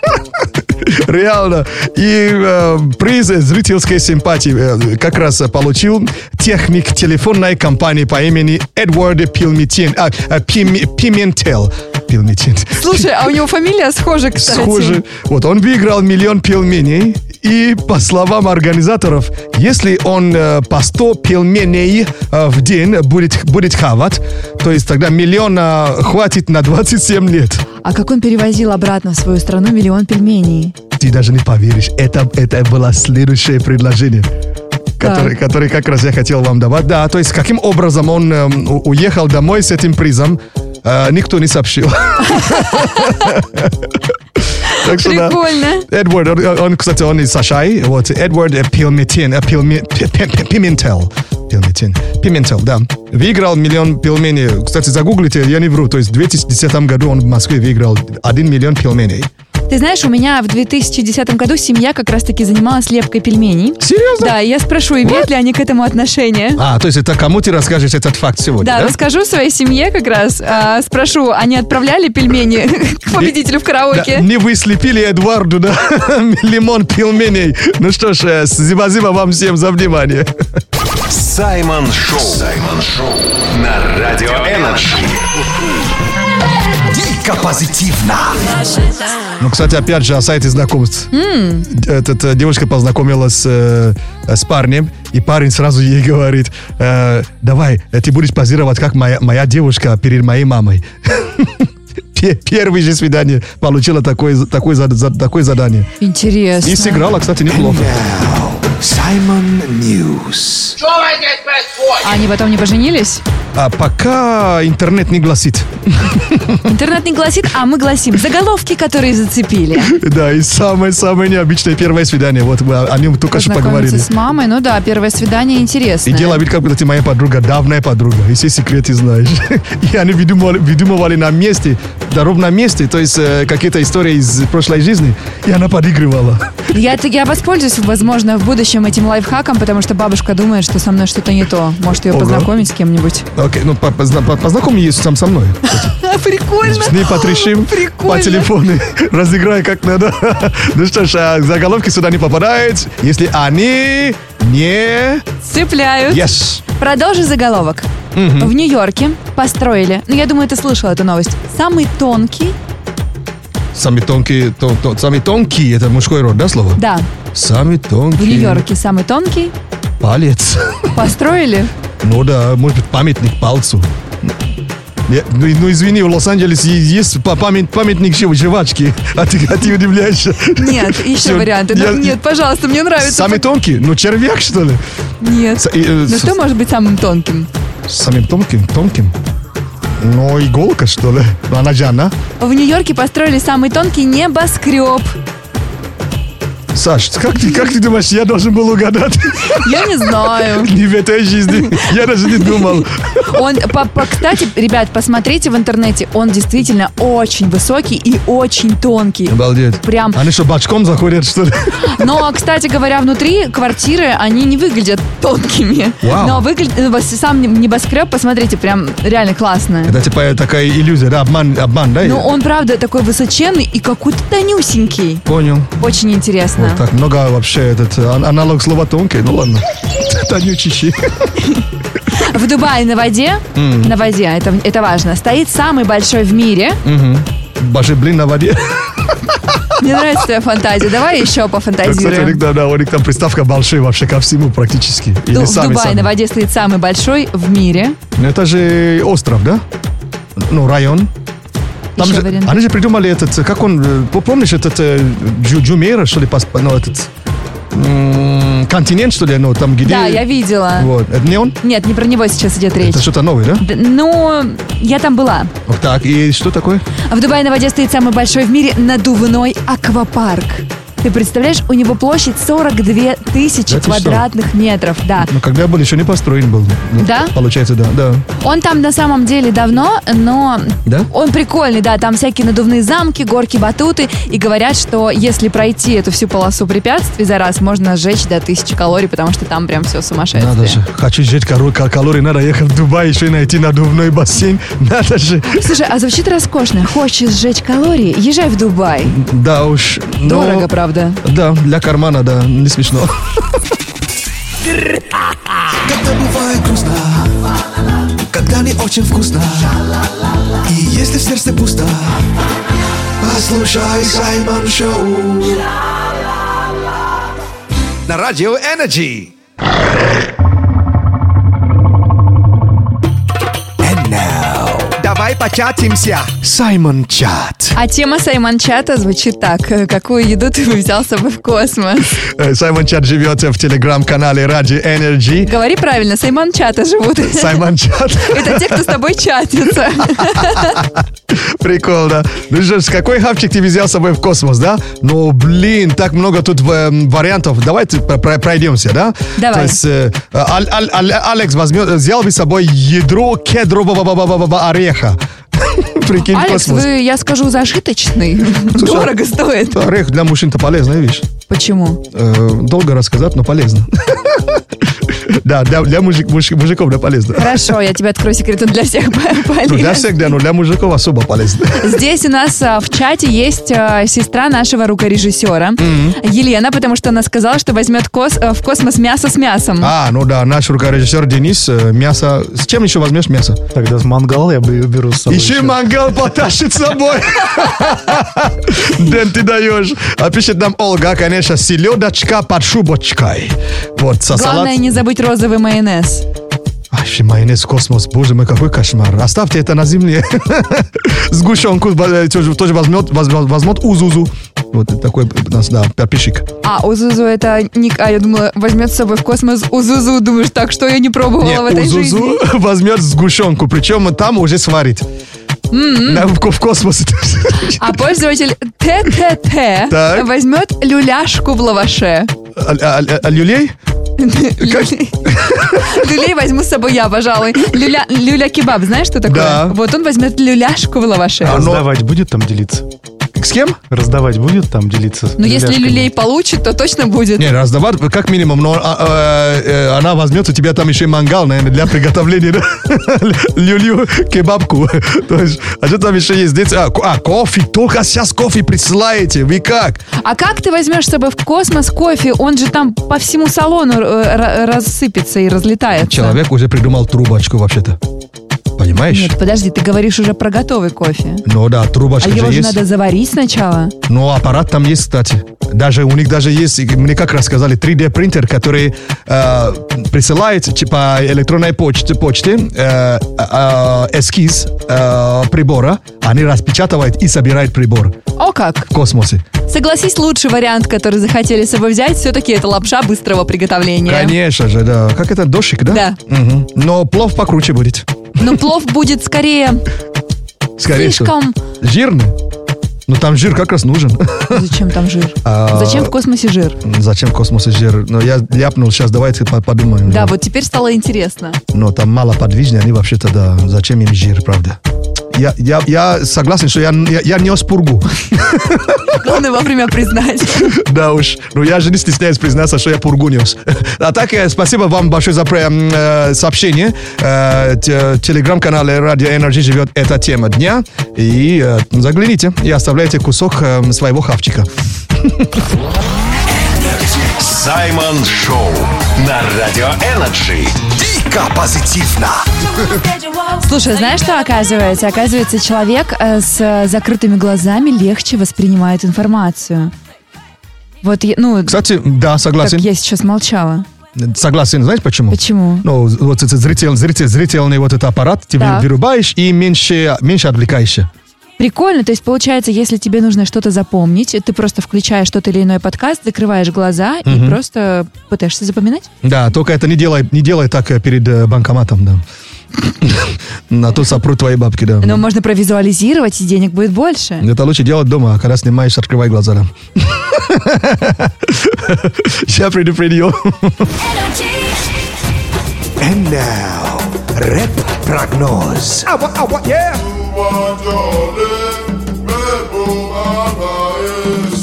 A: Реально. И э, приз зрительской симпатии э, как раз э, получил техник телефонной компании по имени Эдвард Пилмитин, а, э, Пим- Пиментел. Пилмитин.
D: Слушай, а у него фамилия схожа, кстати.
A: Схоже. Вот он выиграл миллион пельменей. И, по словам организаторов, если он э, по 100 пельменей э, в день будет, будет хавать, то есть тогда миллиона хватит на 27 лет.
D: А как он перевозил обратно в свою страну миллион пельменей?
A: Ты даже не поверишь, это, это было следующее предложение. Который, который как раз я хотел вам давать. Да, то есть каким образом он эм, у- уехал домой с этим призом, э, никто не сообщил. Так что да.
D: Прикольно.
A: Эдвард, он, он, кстати, он из Сашай. Вот, Эдвард э, Пилмитин, э, Пилми- Пи- Пи- Пи- Пиментел. Пилмитин. Пиментел, да. Выиграл миллион пельменей. Кстати, загуглите, я не вру. То есть в 2010 году он в Москве выиграл 1 миллион пельменей.
D: Ты знаешь, у меня в 2010 году семья как раз-таки занималась лепкой пельменей.
A: Серьезно?
D: Да, и я спрошу, имеют ли они к этому отношение.
A: А, то есть это кому ты расскажешь этот факт сегодня,
D: Да,
A: да?
D: расскажу своей семье как раз. а, спрошу, они отправляли пельмени к победителю в
A: Да,
D: караоке?
A: не вы слепили Эдуарду, да? Лимон пельменей. Ну что ж, э, спасибо вам всем за внимание.
F: Саймон Шоу. Саймон Шоу на Радио Энерджи.
G: Дико позитивно!
A: Ну, кстати, опять же, о сайте знакомств.
D: М,
A: Этот, э, девушка познакомилась э, э, с парнем, и парень сразу ей говорит, э, давай, э, ты будешь позировать, как моя, моя девушка перед моей мамой. пе- первое же свидание получила такое, такое, зад- за- такое задание.
D: Интересно.
A: И сыграла, кстати, неплохо.
C: Саймон Ньюс.
D: А они потом не поженились?
A: А пока интернет не гласит.
D: Интернет не гласит, а мы гласим. Заголовки, которые зацепили.
A: Да, и самое-самое необычное первое свидание. Вот мы о о нем только что поговорили.
D: Познакомиться с мамой, ну да, первое свидание интересно.
A: И дело ведь как будто ты моя подруга, давняя подруга. И все секреты знаешь. И они выдумывали, выдумывали на месте, на ровном месте, то есть э, какие-то истории из прошлой жизни. И она подыгрывала.
D: Я, я воспользуюсь, возможно, в будущем этим лайфхаком, потому что бабушка думает, что со мной что-то не то. Может, ее
A: Ого.
D: познакомить с кем-нибудь.
A: Окей, ну по- позна- по- познакомь ее сам со мной.
D: Прикольно.
A: С ней потрешим по телефону. Разыграй как надо. Ну что ж, а заголовки сюда не попадают, если они не...
D: Цепляют.
A: Yes.
D: Продолжи заголовок.
A: Мгм.
D: В Нью-Йорке построили, ну, я думаю, ты слышал эту новость, самый тонкий,
A: Самый тонкий, тон- тон- самый тонкий, это мужской род, да, слово?
D: да,
A: Самый тонкий.
D: в Нью-Йорке самый тонкий,
A: Палец.
D: построили.
A: Ну да, может быть, памятник пальцу. Не, ну, ну, извини, в Лос-Анджелесе есть па- память- памятник жив- жвачки, а ты, а ты удивляешься.
D: Нет, еще
A: Всё,
D: варианты.
A: я-
D: Ну, Нет, пожалуйста, мне нравится.
A: Самый тонкий? Ну, червяк, что ли?
D: Нет.
A: С- и, э, с-
D: Ну что может быть самым тонким?
A: Самым тонким? Тонким? Ну, иголка, что ли? Ну, Она же она.
D: В Нью-Йорке построили самый тонкий небоскреб.
A: Саш, как ты, как ты думаешь, я должен был угадать?
D: Я не знаю.
A: Не в этой жизни. Я даже не думал.
D: Он, по- по- кстати, ребят, посмотрите в интернете, он действительно очень высокий и очень тонкий.
A: Обалдеть.
D: Прям.
A: Они что, бачком заходят, что ли?
D: Но, кстати говоря, внутри квартиры они не выглядят тонкими.
A: Вау.
D: Но выглядит сам небоскреб, посмотрите, прям реально классно.
A: Это типа э, такая иллюзия, да? Обман, обман да?
D: Но он, правда, такой высоченный и какой-то тонюсенький.
A: Понял.
D: Очень интересно.
A: Вот так много вообще этот э, ан- аналог слова тонкий, ну ладно. Танючищи.
D: В Дубае на воде,
A: Мгм.
D: на воде, а это, это важно, стоит самый большой в мире.
A: Боже, блин, на воде.
D: Мне нравится твоя фантазия. Давай еще
A: Да, Кстати, у
D: пофантазируем.
A: них, да, да, у них там приставка большая вообще ко всему практически. Или
D: Ду- Ну, в
A: сами,
D: Дубае
A: сами.
D: на воде стоит самый большой в мире.
A: Ну, это же остров, да? Ну, район. Там
D: Еще
A: же-
D: вариант.
A: они же придумали этот, э, как он, э, по- помнишь этот э, Джу- Джумейра, что ли, пасп- ну, этот м, континент, что ли, ну, там где...
D: Да, я видела.
A: Вот, это не он?
D: Нет, не про него сейчас идет речь.
A: Это что-то новое, да?
D: Д- Ну, я там была.
A: Вот Так, и что такое?
D: В Дубае на воде стоит самый большой в мире надувной аквапарк. Ты представляешь, у него площадь 42 тысячи
A: Да ты что?
D: квадратных метров, да.
A: Ну, когда был, еще не построен был. Ну,
D: Да?
A: Получается, да, да.
D: Он там на самом деле давно, но
A: Да?
D: он прикольный, да, там всякие надувные замки, горки, батуты, и говорят, что если пройти эту всю полосу препятствий за раз, можно сжечь до тысячи калорий, потому что там прям все сумасшедшее.
A: Надо же. Хочу сжечь кору- ка- калории, надо ехать в Дубай, еще и найти надувной бассейн. Надо же.
D: Слушай, а звучит роскошно. Хочешь сжечь калории? Езжай в Дубай.
A: Да уж. но-
D: Дорого, правда.
A: Да, для кармана, да, не смешно.
C: Когда бывает грустно, когда не очень вкусно, и если в сердце пусто, послушай Саймон Шоу.
G: На радио Energy. Давай початимся.
A: Саймон Чат.
D: А тема Саймон Чата звучит так. Э, Какую еду ты бы взял с собой в космос?
A: Э, Саймон Чат живет в телеграм-канале Ради Energy.
D: Говори правильно, Саймон Чата живут.
A: Саймон Чат.
D: Это те, кто с тобой чатится.
A: Прикол, да. Ну что ж, какой хавчик ты взял с собой в космос, да? Ну, блин, так много тут эм, вариантов. Давайте про- про- пройдемся, да?
D: Давай.
A: То есть, э, Аль- Аль- Аль- Алекс возьмет, взял бы с собой ядро кедрового ореха. Прикинь,
D: Алекс,
A: космос.
D: вы, я скажу, зашиточный.
A: Слушай, а-
D: Дорого стоит.
A: Орех для мужчин-то полезная вещь.
D: Почему?
A: Э, долго рассказать, но полезно. Да, для, для мужик- мужик- мужиков да полезно.
D: Хорошо, я тебе открою секрет, он для всех
A: Ну, для
D: полезен.
A: всех, да, но для мужиков особо полезно.
D: Здесь у нас а, в чате есть а, сестра нашего рукорежиссера Елена, потому что она сказала, что возьмет кос- а, в космос мясо с мясом.
A: А, ну да, наш рукорежиссер Денис э, мясо... С чем еще возьмешь мясо?
E: Тогда с мангал я бы уберу с собой.
A: Еще и
E: ещё.
A: мангал потащит с собой. Дэн, ты даешь. А пишет нам Олга, конечно, селедочка под шубочкой. Вот, со
D: Главное
A: салат.
D: не забыть розовый майонез.
A: Вообще, майонез, космос, боже мой, какой кошмар. Оставьте это на земле. Сгущенку э, тоже тоже возьмет, возьмет, возьмет узузу. Вот такой у нас, да, подписчик.
D: А, Узузу это не... А, я думала, возьмет с собой в космос Узузу. Думаешь, так что я не пробовала
A: Не,
D: в этой жизни?
A: узузу возьмет сгущенку, причем там уже сварит.
D: М-м.
A: Да, В ко- в космос.
D: А пользователь ТТТ
A: Так.
D: возьмет люляшку в лаваше.
A: А- а- а- а Люлей?
D: Люлей возьму с собой я, пожалуй. Люля, люля-кебаб, знаешь, что такое?
E: Да.
D: Вот он возьмет люляшку в лаваше.
A: А,
E: Раздавать будет там делиться?
A: С кем?
E: Раздавать будет там делиться?
D: Но Ну, если
E: люляшками?
D: люлей получит, то точно будет.
A: Не, раздавать как минимум, но а, э, э, она возьмет у тебя там еще и мангал, наверное, для приготовления да? люлю кебабку. То есть, а что там еще есть? Здесь- А, ко- а, кофе, только сейчас кофе присылаете, вы как?
D: А как ты возьмешь с собой в космос кофе? Он же там по всему салону э, ра- рассыпется и разлетается.
A: Человек уже придумал трубочку вообще-то. Понимаешь?
D: Нет, подожди, ты говоришь уже про готовый кофе.
A: Ну да,
D: А
A: трубочка
D: его
A: же
D: же
A: есть.
D: надо заварить сначала.
A: Но Ну, а аппарат там есть, кстати. Даже у них даже есть, и мне как рассказали, 3D принтер, который э, присылает ч- по электронной почте, почте э, э, эскиз э, прибора, они распечатывают и собирают прибор
D: О как!
A: в космосе.
D: Согласись, лучший вариант, который захотели с собой взять, все-таки это лапша быстрого приготовления.
A: Конечно же, да. Как это, дошик, да?
D: Да.
A: Мгм. Но плов покруче будет.
D: Но плов будет скорее...
A: Скорее всего.
D: Слишком.
A: Жирный. Но там жир как раз нужен.
D: Зачем там жир?
A: А,
D: Зачем в космосе жир?
A: Зачем в космосе жир? Но я ляпнул сейчас, давайте по- подумаем.
D: Да, вот теперь стало интересно.
A: Но там малоподвижные, они вообще-то, да, зачем им жир, правда? Я, я, я согласен, что я, я, я нес пургу.
D: Главное вовремя признать.
A: Да уж. Но я же не стесняюсь признаться, что я пургу нес. А так, э, спасибо вам большое за пре- м, э, сообщение. Э, те- Телеграм-канал Радио Energy живет эта тема дня. И э, загляните и оставляйте кусок э, своего хавчика.
F: Саймон Шоу на Радио Энерджи. Дико позитивно.
D: Слушай, знаешь, что оказывается? Оказывается, человек э, с э, закрытыми глазами легче воспринимает информацию. Вот, я- ну,
A: Кстати, да, согласен.
D: так я сейчас молчала.
A: Согласен, знаешь почему?
D: Почему?
A: Ну, вот этот зритель, зритель, зрительный вот этот аппарат ты
D: Так.
A: вырубаешь и меньше, меньше отвлекаешь.
D: Прикольно, то есть получается, если тебе нужно что-то запомнить, ты просто включаешь тот или иной подкаст, закрываешь глаза и
A: Мгм.
D: просто пытаешься запоминать.
A: Да, только это не делай, не делай так э, перед э, банкоматом, да. На то сопрут твои бабки, да.
D: Но можно провизуализировать, и денег будет больше.
A: Это лучше делать дома, а когда снимаешь, открывай глаза. да. Я предупредил.
G: And now, рэп-прогноз.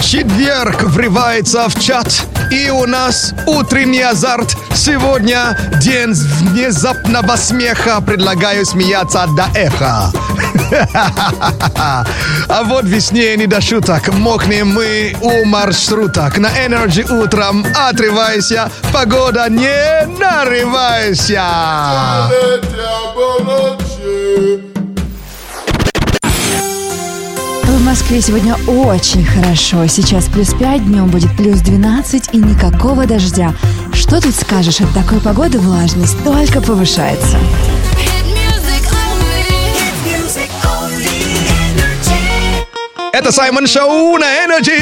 B: Четверг врывается в чат, и у нас утренний азарт. Сегодня день внезапного смеха. Предлагаю смеяться до эха. А вот весне не до шуток. Мокнем мы у маршруток. На Energy утром отрывайся. Погода не нарывайся.
D: В Москве сегодня очень хорошо. Сейчас плюс 5, днем будет плюс 12 и никакого дождя. Что тут скажешь, от такой погоды влажность только повышается.
B: Это Саймон Шоу на Energy.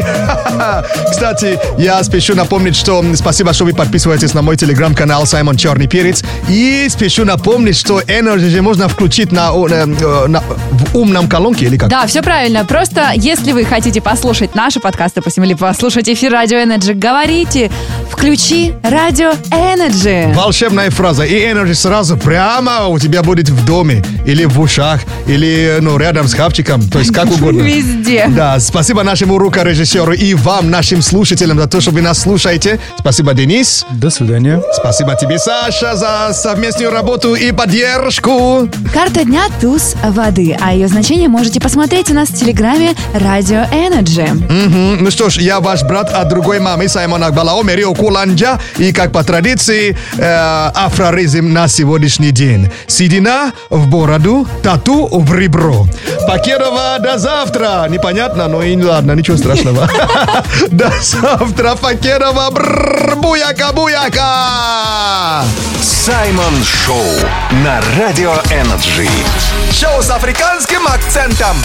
A: Кстати, я спешу напомнить, что спасибо, что вы подписываетесь на мой телеграм-канал Саймон Черный Перец. И спешу напомнить, что Energy же можно включить на, о- э, э, на- в умном колонке или как?
D: Да, все правильно. Просто если вы хотите послушать наши подкасты, допустим, или послушать эфир Радио Energy, говорите, включи Радио Energy.
A: Волшебная фраза. И Energy сразу прямо у тебя будет в доме, или в ушах, или ну, рядом с хавчиком, то есть как угодно.
D: Везде.
A: Да, спасибо нашему рукорежиссеру и вам, нашим слушателям, за то, что вы нас слушаете. Спасибо, Денис.
E: До свидания.
A: Спасибо тебе, Саша, за совместную работу и поддержку.
D: Карта дня туз воды, а ее значение можете посмотреть у нас в Телеграме Радио Energy.
A: Мгм. Ну что ж, я ваш брат от другой мамы Саймон Акбалао, Мерио Куланджа. И как по традиции, э, афроризм на сегодняшний день. Седина в бороду, тату в ребро. Пакерова до завтра. Непонятно, но и ладно, ничего страшного. До завтра, Факерова. Бррр, Буяка, буяка.
F: Саймон Шоу на Радио Энерджи.
A: Шоу с африканским акцентом.